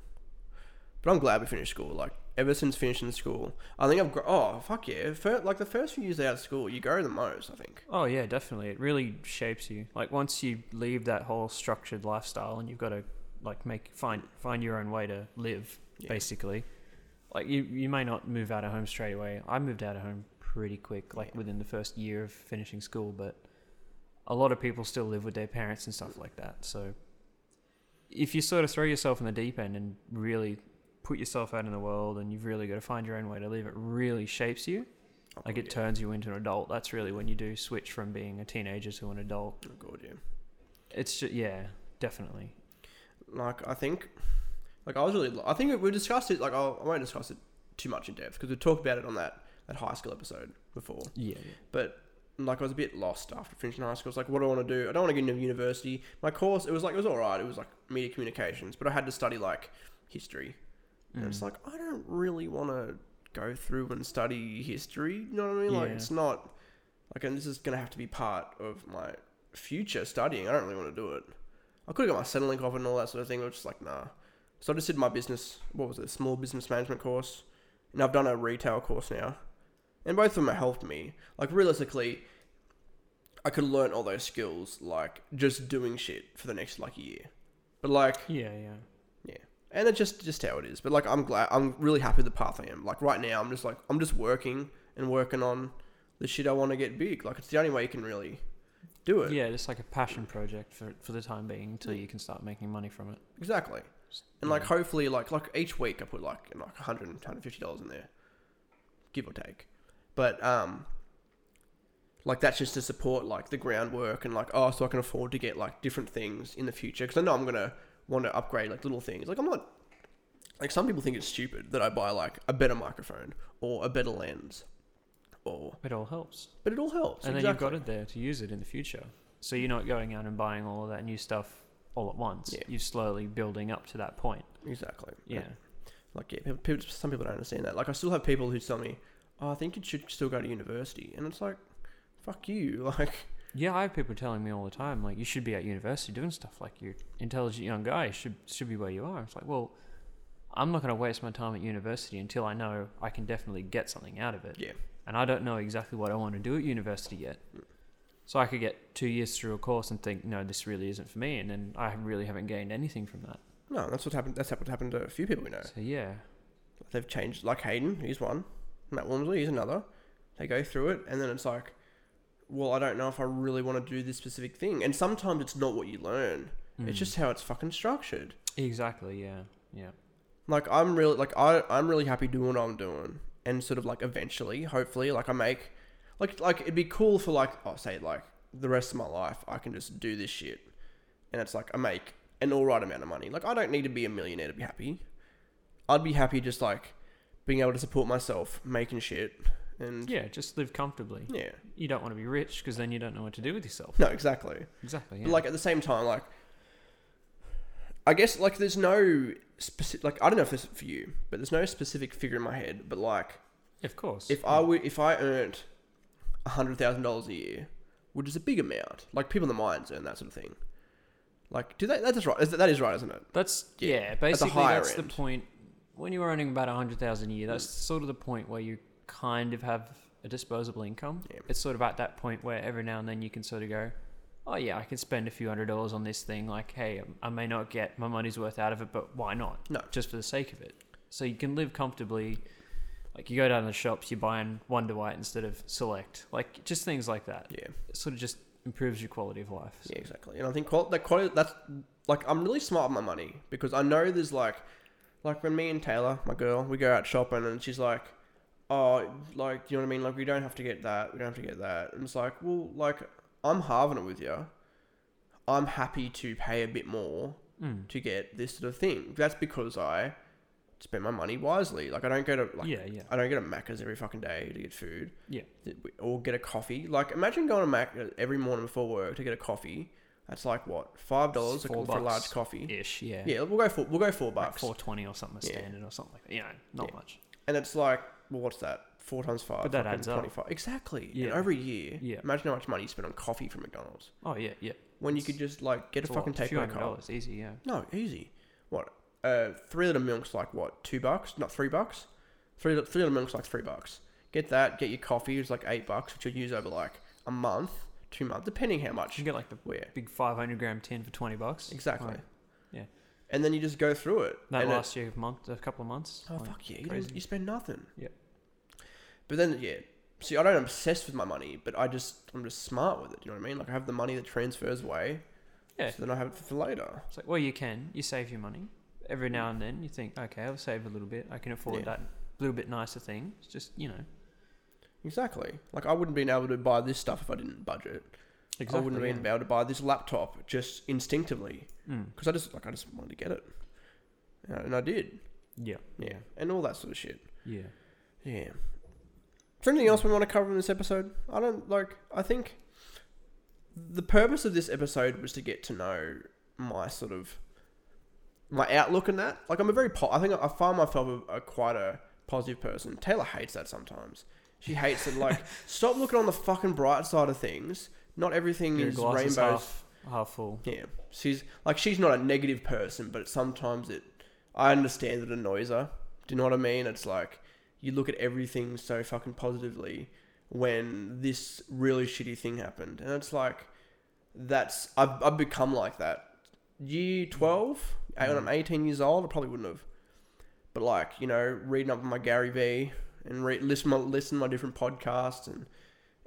[SPEAKER 1] But I'm glad we finished school. Like ever since finishing school, I think I've gr- oh fuck yeah, Fir like the first few years out of school, you grow the most. I think.
[SPEAKER 2] Oh yeah, definitely. It really shapes you. Like once you leave that whole structured lifestyle and you've got to like make find find your own way to live,
[SPEAKER 1] Yeah.
[SPEAKER 2] basically. Like you you may not move out of home straight away. I moved out of home pretty quick, like
[SPEAKER 1] Yeah.
[SPEAKER 2] within the first year of finishing school, but a lot of people still live with their parents and stuff like that. So if you sort of throw yourself in the deep end and really put yourself out in the world and you've really got to find your own way to live, it really shapes you
[SPEAKER 1] Oh,
[SPEAKER 2] like it
[SPEAKER 1] yeah.
[SPEAKER 2] turns you into an adult. That's really when you do switch from being a teenager to an adult.
[SPEAKER 1] Oh, God, yeah.
[SPEAKER 2] It's just, yeah, definitely.
[SPEAKER 1] Like I think, like I was really. I think we- we discussed it. Like I'll, I won't discuss it too much in depth because we talked about it on that that high school episode before.
[SPEAKER 2] Yeah.
[SPEAKER 1] but like I was a bit lost after finishing high school. It's like, what do I want to do? I don't want to get into university. My course, it was like it was all right. It was like media communications, but I had to study like history, and
[SPEAKER 2] Mm.
[SPEAKER 1] it's like I don't really want to go through and study history. You know what I mean? Like
[SPEAKER 2] Yeah.
[SPEAKER 1] it's not like, and this is gonna have to be part of my future studying. I don't really want to do it. I could have got my Centrelink off and all that sort of thing. but I was just like, nah. So I just did my business. What was it? Small business management course, and I've done a retail course now, and both of them have helped me. Like realistically, I could learn all those skills like just doing shit for the next like year. But like,
[SPEAKER 2] Yeah, yeah.
[SPEAKER 1] and it's just just how it is. But like, I'm glad. I'm really happy with the path I am. Like right now, I'm just like I'm just working and working on the shit I want to get big. Like it's the only way you can really do it.
[SPEAKER 2] Yeah, just like a passion project for for the time being until you can start making money from it.
[SPEAKER 1] Exactly.
[SPEAKER 2] Just-
[SPEAKER 1] And like
[SPEAKER 2] yeah.
[SPEAKER 1] hopefully like like each week I put like you know, like 100 150 dollars in there, give or take. But um, like that's just to support like the groundwork and like oh so I can afford to get like different things in the future because I know I'm gonna want to upgrade like little things. Like I'm not like some people think it's stupid that I buy like a better microphone or a better lens, or
[SPEAKER 2] it all helps.
[SPEAKER 1] but it all helps.
[SPEAKER 2] and then you've
[SPEAKER 1] exactly.
[SPEAKER 2] got it there to use it in the future. So you're not going out and buying all of that new stuff all at once.
[SPEAKER 1] Yeah.
[SPEAKER 2] You're slowly building up to that point.
[SPEAKER 1] exactly.
[SPEAKER 2] Yeah.
[SPEAKER 1] Like, yeah, people, people, some people don't understand that. Like, I still have people who tell me, oh, I think you should still go to university. And it's like, fuck you. Like,
[SPEAKER 2] Yeah, I have people telling me all the time, like, you should be at university doing stuff. Like, you're an intelligent young guy. You should, should be where you are. It's like, well, I'm not going to waste my time at university until I know I can definitely get something out of it.
[SPEAKER 1] yeah.
[SPEAKER 2] and I don't know exactly what I want to do at university yet. So I could get two years through a course and think, no, this really isn't for me, and then I really haven't gained anything from that.
[SPEAKER 1] No, that's what happened. That's what happened to a few people we know.
[SPEAKER 2] So yeah,
[SPEAKER 1] They've changed, like Hayden, he's one. Matt Walmsley, he's another. They go through it, and then it's like, well, I don't know if I really want to do this specific thing. And sometimes it's not what you learn,
[SPEAKER 2] Mm.
[SPEAKER 1] it's just how it's fucking structured.
[SPEAKER 2] exactly, yeah, yeah,
[SPEAKER 1] like I'm really like I I'm really happy doing what I'm doing, and sort of like eventually, hopefully, like I make, like like it'd be cool for like I'll say like the rest of my life I can just do this shit, and it's like I make an all right amount of money. Like I don't need to be a millionaire to be happy. I'd be happy just like being able to support myself, making shit, and
[SPEAKER 2] yeah. Just live comfortably.
[SPEAKER 1] yeah.
[SPEAKER 2] You don't want to be rich because then you don't know what to do with yourself.
[SPEAKER 1] No, exactly.
[SPEAKER 2] Exactly. Yeah.
[SPEAKER 1] But like at the same time, like I guess like there's no specific like I don't know if this is for you, but there's no specific figure in my head. But like
[SPEAKER 2] of course.
[SPEAKER 1] If I would, if I earned hundred thousand dollars a year, which is a big amount, like people in the mines earn that sort of thing. Like, do they? That is right. Is that, that is right, isn't it?
[SPEAKER 2] that's
[SPEAKER 1] yeah,
[SPEAKER 2] yeah. basically,
[SPEAKER 1] higher
[SPEAKER 2] that's
[SPEAKER 1] end. Mm.
[SPEAKER 2] the point. When you're earning about a hundred thousand a year, that's sort of the point where you kind of have a disposable income.
[SPEAKER 1] Yeah.
[SPEAKER 2] It's sort of at that point where every now and then you can sort of go, oh yeah, I can spend a few hundred dollars on this thing. Like, hey, um, I may not get my money's worth out of it, but why not?
[SPEAKER 1] No.
[SPEAKER 2] just for the sake of it. So you can live comfortably. Like you go down to the shops, you're buying Wonder White instead of Select. Like just things like that.
[SPEAKER 1] Yeah,
[SPEAKER 2] It sort of just improves your quality of life. So-
[SPEAKER 1] yeah, exactly. And I think qual- that quality. That's like I'm really smart with my money because I know there's like, like when me and Taylor, my girl, we go out shopping and she's like, oh, like you know what I mean? Like we don't have to get that. We don't have to get that. And it's like, well, like I'm halving it with you. I'm happy to pay a bit more
[SPEAKER 2] Mm.
[SPEAKER 1] to get this sort of thing. That's because I spend my money wisely. Like I don't go to like
[SPEAKER 2] yeah, yeah,
[SPEAKER 1] I don't go to Macca's every fucking day to get food
[SPEAKER 2] yeah.
[SPEAKER 1] or get a coffee. Like imagine going to Mac uh, every morning before work to get a coffee. That's like what five dollars for
[SPEAKER 2] Four
[SPEAKER 1] a large
[SPEAKER 2] bucks.
[SPEAKER 1] coffee.
[SPEAKER 2] Ish. Yeah.
[SPEAKER 1] Yeah. we'll go for we'll go four
[SPEAKER 2] like
[SPEAKER 1] bucks,
[SPEAKER 2] four twenty or something
[SPEAKER 1] Yeah.
[SPEAKER 2] standard or something like that. You know, not
[SPEAKER 1] Yeah.
[SPEAKER 2] much.
[SPEAKER 1] and it's like well, what's that? Four times five,
[SPEAKER 2] But that
[SPEAKER 1] fucking
[SPEAKER 2] adds up.
[SPEAKER 1] 25. Exactly. Yeah.
[SPEAKER 2] Yeah.
[SPEAKER 1] over a year.
[SPEAKER 2] Yeah.
[SPEAKER 1] Imagine how much money you spend on coffee from McDonald's
[SPEAKER 2] Oh yeah, yeah.
[SPEAKER 1] when
[SPEAKER 2] It's-
[SPEAKER 1] you could just like get a
[SPEAKER 2] It's
[SPEAKER 1] fucking
[SPEAKER 2] lot. A
[SPEAKER 1] take
[SPEAKER 2] few
[SPEAKER 1] home
[SPEAKER 2] hundred
[SPEAKER 1] coffee.
[SPEAKER 2] dollars, easy. Yeah.
[SPEAKER 1] No, easy. What? Uh, three liter milk's like what? Two bucks? Not three bucks. Three li- three liter milk's like three bucks. Get that. Get your coffee. It's like eight bucks, which you'll use over like a month, two months, depending how
[SPEAKER 2] You
[SPEAKER 1] much.
[SPEAKER 2] can get like the
[SPEAKER 1] Well, yeah,
[SPEAKER 2] big five hundred gram tin for twenty bucks.
[SPEAKER 1] exactly.
[SPEAKER 2] Like, yeah.
[SPEAKER 1] And then you just go through it.
[SPEAKER 2] that
[SPEAKER 1] and it-
[SPEAKER 2] lasts you a month, a couple of months.
[SPEAKER 1] Oh
[SPEAKER 2] like,
[SPEAKER 1] fuck yeah! You,
[SPEAKER 2] crazy.
[SPEAKER 1] don't- you spend nothing.
[SPEAKER 2] Yep.
[SPEAKER 1] But then yeah, see, I don't obsess with my money, but I just I'm just smart with it. You know what I mean? Like I have the money that transfers away.
[SPEAKER 2] Yeah.
[SPEAKER 1] So then I have it for later.
[SPEAKER 2] It's like, well, you can. You save your money every now and then. You think, okay, I'll save a little bit. I can afford
[SPEAKER 1] Yeah.
[SPEAKER 2] that little bit nicer thing. It's just you know.
[SPEAKER 1] Exactly. Like I wouldn't have been able to buy this stuff if I didn't budget. I wouldn't have been able to buy this laptop just instinctively
[SPEAKER 2] yeah. Mm.
[SPEAKER 1] because I just like I just wanted to get it, and I, and I did.
[SPEAKER 2] yeah.
[SPEAKER 1] Yeah, and all that sort of shit.
[SPEAKER 2] Yeah.
[SPEAKER 1] Yeah. Is there anything else we want to cover in this episode? I don't like. I think the purpose of this episode was to get to know my sort of my outlook on that. Like, I'm a very. Po- I think I find myself a, a quite a positive person. Taylor hates that sometimes. She hates it. Like, stop looking on the fucking bright side of things. not everything
[SPEAKER 2] Your
[SPEAKER 1] is
[SPEAKER 2] glass
[SPEAKER 1] rainbows.
[SPEAKER 2] is half, half full.
[SPEAKER 1] Yeah, she's like she's not a negative person, but sometimes it. I understand it annoys her. Do you know what I mean? It's like you look at everything so fucking positively when this really shitty thing happened, and it's like that's I've, I've become like that. Year twelve, eh, when I'm eighteen years old, I probably wouldn't have. But like you know, reading up on my Gary V and re- listen my listen to my different podcasts and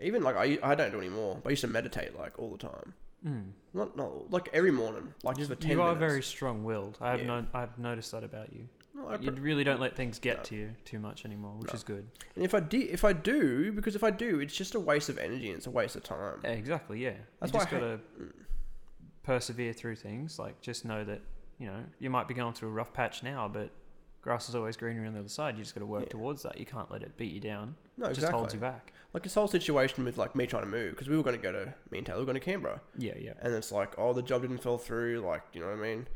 [SPEAKER 1] even like I I don't do anymore. But I used to meditate like all the time.
[SPEAKER 2] Mm.
[SPEAKER 1] Not, not like every morning, like just for ten
[SPEAKER 2] You are
[SPEAKER 1] minutes.
[SPEAKER 2] very strong-willed. I have
[SPEAKER 1] Yeah.
[SPEAKER 2] no, I've noticed that about you.
[SPEAKER 1] No, I
[SPEAKER 2] You
[SPEAKER 1] pr-
[SPEAKER 2] really don't let things get
[SPEAKER 1] No.
[SPEAKER 2] to you too much anymore, which
[SPEAKER 1] No.
[SPEAKER 2] is good.
[SPEAKER 1] and if I do, if I do, because if I do, it's just a waste of energy and it's a waste of time.
[SPEAKER 2] Yeah, exactly. Yeah,
[SPEAKER 1] That's
[SPEAKER 2] you
[SPEAKER 1] why
[SPEAKER 2] just
[SPEAKER 1] I hate-
[SPEAKER 2] gotta persevere through things. Like, just know that you know you might be going through a rough patch now, but grass is always greener on the other side. You just gotta work
[SPEAKER 1] Yeah.
[SPEAKER 2] towards that. You can't let it beat you down.
[SPEAKER 1] No,
[SPEAKER 2] it
[SPEAKER 1] exactly.
[SPEAKER 2] just holds you back.
[SPEAKER 1] Like this whole situation with like me trying to move because we were going to go to me and Taylor were going to Canberra,
[SPEAKER 2] Yeah, yeah.
[SPEAKER 1] and it's like, oh, the job didn't fall through. Like, you know what I mean?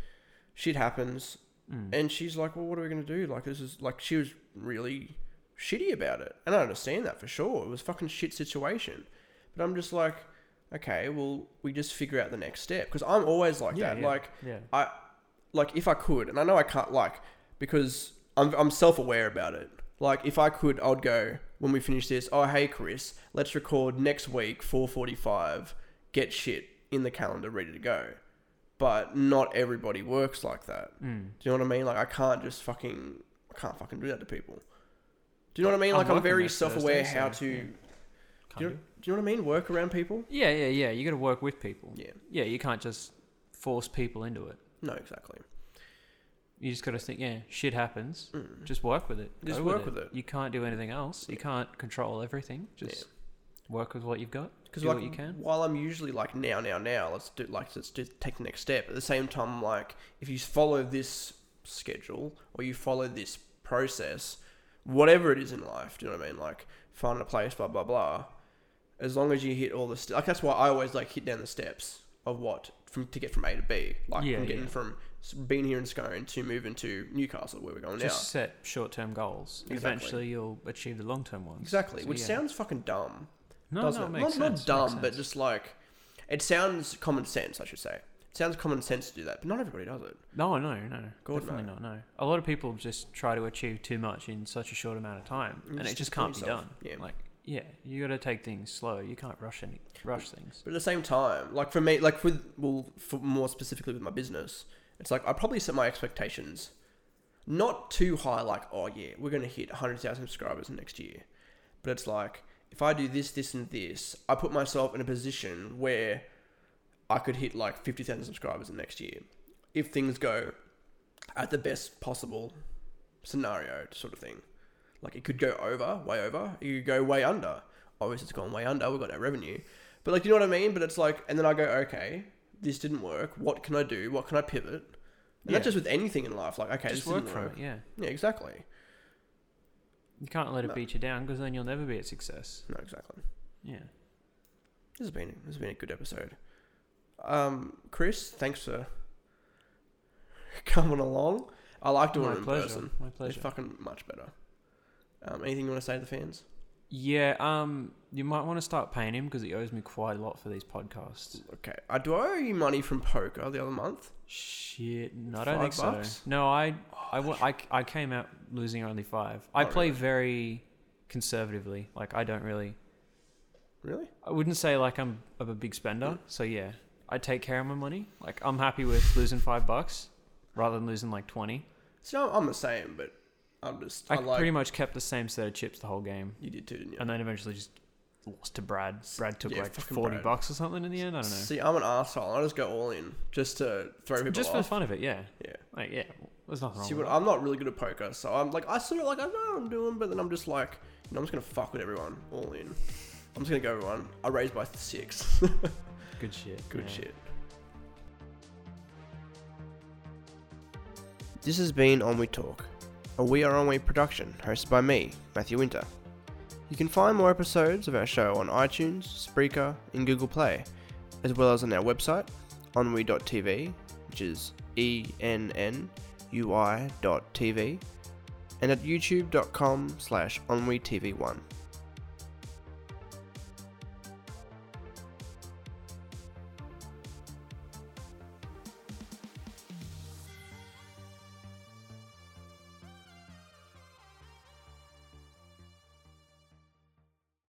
[SPEAKER 1] Shit happens,
[SPEAKER 2] Mm.
[SPEAKER 1] and she's like, well, what are we going to do? Like, this is like she was really shitty about it, and I understand that for sure. It was a fucking shit situation, but I'm just like, okay, well, we just figure out the next step because I'm always like
[SPEAKER 2] yeah,
[SPEAKER 1] that.
[SPEAKER 2] yeah,
[SPEAKER 1] Like.
[SPEAKER 2] yeah,
[SPEAKER 1] I like if I could, and I know I can't like because I'm I'm self aware about it. Like if I could, I'd go when we finish this. Oh hey Chris, let's record next week 4:45. Get shit in the calendar, ready to go. But not everybody works like that.
[SPEAKER 2] mm.
[SPEAKER 1] Do you know what I mean? Like I can't just fucking I can't fucking do that to people. Do you know what I mean?
[SPEAKER 2] I'm
[SPEAKER 1] Like I'm,
[SPEAKER 2] working
[SPEAKER 1] very
[SPEAKER 2] next
[SPEAKER 1] self aware
[SPEAKER 2] Thursday,
[SPEAKER 1] how
[SPEAKER 2] so,
[SPEAKER 1] to.
[SPEAKER 2] yeah.
[SPEAKER 1] Do, you,
[SPEAKER 2] Kind
[SPEAKER 1] do
[SPEAKER 2] of.
[SPEAKER 1] you know what I mean? Work around people.
[SPEAKER 2] Yeah, yeah, yeah. You gotta work with people.
[SPEAKER 1] Yeah.
[SPEAKER 2] Yeah, you can't just force people into it.
[SPEAKER 1] No, exactly.
[SPEAKER 2] You just gotta think. Yeah, shit happens.
[SPEAKER 1] Mm.
[SPEAKER 2] Just work with it.
[SPEAKER 1] Just
[SPEAKER 2] Go
[SPEAKER 1] work with it.
[SPEAKER 2] You can't do anything else. You can't control everything.
[SPEAKER 1] Yeah.
[SPEAKER 2] Just work with what you've got.
[SPEAKER 1] Because
[SPEAKER 2] do
[SPEAKER 1] like
[SPEAKER 2] what you can.
[SPEAKER 1] while I'm usually like now, now, now, let's do like let's do, take the next step. At the same time, I'm like if you follow this schedule or you follow this process, whatever it is in life, do you know what I mean? Like finding a place, blah blah blah. As long as you hit all the st- like that's why I always like hit down the steps of what from to get from A to B, like
[SPEAKER 2] Yeah,
[SPEAKER 1] from getting
[SPEAKER 2] yeah.
[SPEAKER 1] from s- being here in Scone to moving to Newcastle where we're going
[SPEAKER 2] Just
[SPEAKER 1] now.
[SPEAKER 2] set short-term goals. and
[SPEAKER 1] Exactly.
[SPEAKER 2] Eventually, you'll achieve the long-term ones.
[SPEAKER 1] Exactly,
[SPEAKER 2] So,
[SPEAKER 1] which
[SPEAKER 2] yeah.
[SPEAKER 1] sounds fucking dumb.
[SPEAKER 2] no,
[SPEAKER 1] doesn't
[SPEAKER 2] no,
[SPEAKER 1] it?
[SPEAKER 2] it makes
[SPEAKER 1] not, not
[SPEAKER 2] sense. It
[SPEAKER 1] dumb,
[SPEAKER 2] makes
[SPEAKER 1] but
[SPEAKER 2] sense.
[SPEAKER 1] just like it sounds common sense. I should say it sounds common sense to do that, but not everybody does it.
[SPEAKER 2] no, no, no,
[SPEAKER 1] God,
[SPEAKER 2] definitely
[SPEAKER 1] no.
[SPEAKER 2] not. No, a lot of people just try to achieve too much in such a short amount of time,
[SPEAKER 1] You
[SPEAKER 2] and it
[SPEAKER 1] just
[SPEAKER 2] just
[SPEAKER 1] kill
[SPEAKER 2] can't be
[SPEAKER 1] yourself.
[SPEAKER 2] done.
[SPEAKER 1] Yeah.
[SPEAKER 2] Like, yeah, you got to take things slow. You can't rush any rush things.
[SPEAKER 1] But at the same time, like for me, like with well, for more specifically with my business, it's like I probably set my expectations not too high. Like, oh yeah, we're gonna hit hundred thousand subscribers next year, but it's like if I do this, this, and this, I put myself in a position where I could hit like fifty thousand subscribers in next year if things go at the best possible scenario, sort of thing. Like it could go over, way over. It could go way under. Obviously, it's gone way under. We've got no revenue. But like, you know what I mean? But it's like, and then I go, okay, this didn't work. What can I do? What can I pivot? And
[SPEAKER 2] Yeah.
[SPEAKER 1] not just with anything in life. Like, okay,
[SPEAKER 2] just
[SPEAKER 1] this
[SPEAKER 2] work
[SPEAKER 1] didn't
[SPEAKER 2] from
[SPEAKER 1] work.
[SPEAKER 2] it. Yeah,
[SPEAKER 1] Yeah, exactly.
[SPEAKER 2] you can't let it
[SPEAKER 1] No.
[SPEAKER 2] beat you down because then you'll never be a success.
[SPEAKER 1] No, exactly.
[SPEAKER 2] Yeah.
[SPEAKER 1] This has been this has been a good episode. Um, Chris, thanks for coming along. I like doing
[SPEAKER 2] My
[SPEAKER 1] it in
[SPEAKER 2] pleasure.
[SPEAKER 1] person.
[SPEAKER 2] My
[SPEAKER 1] It's
[SPEAKER 2] pleasure.
[SPEAKER 1] fucking much better. Um, anything you want to say to the fans?
[SPEAKER 2] Yeah, um, you might want to start paying him because he owes me quite a lot for these podcasts.
[SPEAKER 1] Okay. I do I owe you money from poker the other month.
[SPEAKER 2] Shit, no, I don't
[SPEAKER 1] Five
[SPEAKER 2] think so.
[SPEAKER 1] bucks?
[SPEAKER 2] No, I, I, wa- I, I came out losing only five. I
[SPEAKER 1] Oh,
[SPEAKER 2] play
[SPEAKER 1] really?
[SPEAKER 2] very conservatively. Like, I don't really.
[SPEAKER 1] Really?
[SPEAKER 2] I wouldn't say like I'm, I'm a big spender. So yeah, I take care of my money. Like, I'm happy with losing five bucks rather than losing like twenty.
[SPEAKER 1] So I'm the same, but I'm just
[SPEAKER 2] I,
[SPEAKER 1] I, like
[SPEAKER 2] pretty much kept the same set of chips the whole game,
[SPEAKER 1] you did too, didn't you?
[SPEAKER 2] and then eventually just lost to Brad. Brad took
[SPEAKER 1] Yeah,
[SPEAKER 2] like
[SPEAKER 1] fucking
[SPEAKER 2] forty
[SPEAKER 1] Brad.
[SPEAKER 2] bucks or something in the end. I don't know.
[SPEAKER 1] See, I'm an asshole. I just go all in just to throw people
[SPEAKER 2] Just for the
[SPEAKER 1] off.
[SPEAKER 2] fun of it, yeah.
[SPEAKER 1] yeah.
[SPEAKER 2] Like, yeah, there's nothing wrong
[SPEAKER 1] See,
[SPEAKER 2] with
[SPEAKER 1] what, I'm not really good at poker, so I'm like, I sort of like, I know what I'm doing, but then I'm just like, you know, I'm just gonna fuck with everyone, all in. I'm just gonna go everyone. I raised by six.
[SPEAKER 2] that. Good shit.
[SPEAKER 1] good
[SPEAKER 2] yeah.
[SPEAKER 1] shit. This has been On We Talk, a We Are On We production hosted by me, Matthew Winter. You can find more episodes of our show on iTunes, Spreaker, and Google Play, as well as on our website, onwe.tv, which is E N N U I dot TV, and at youtube.com slash onwe TV one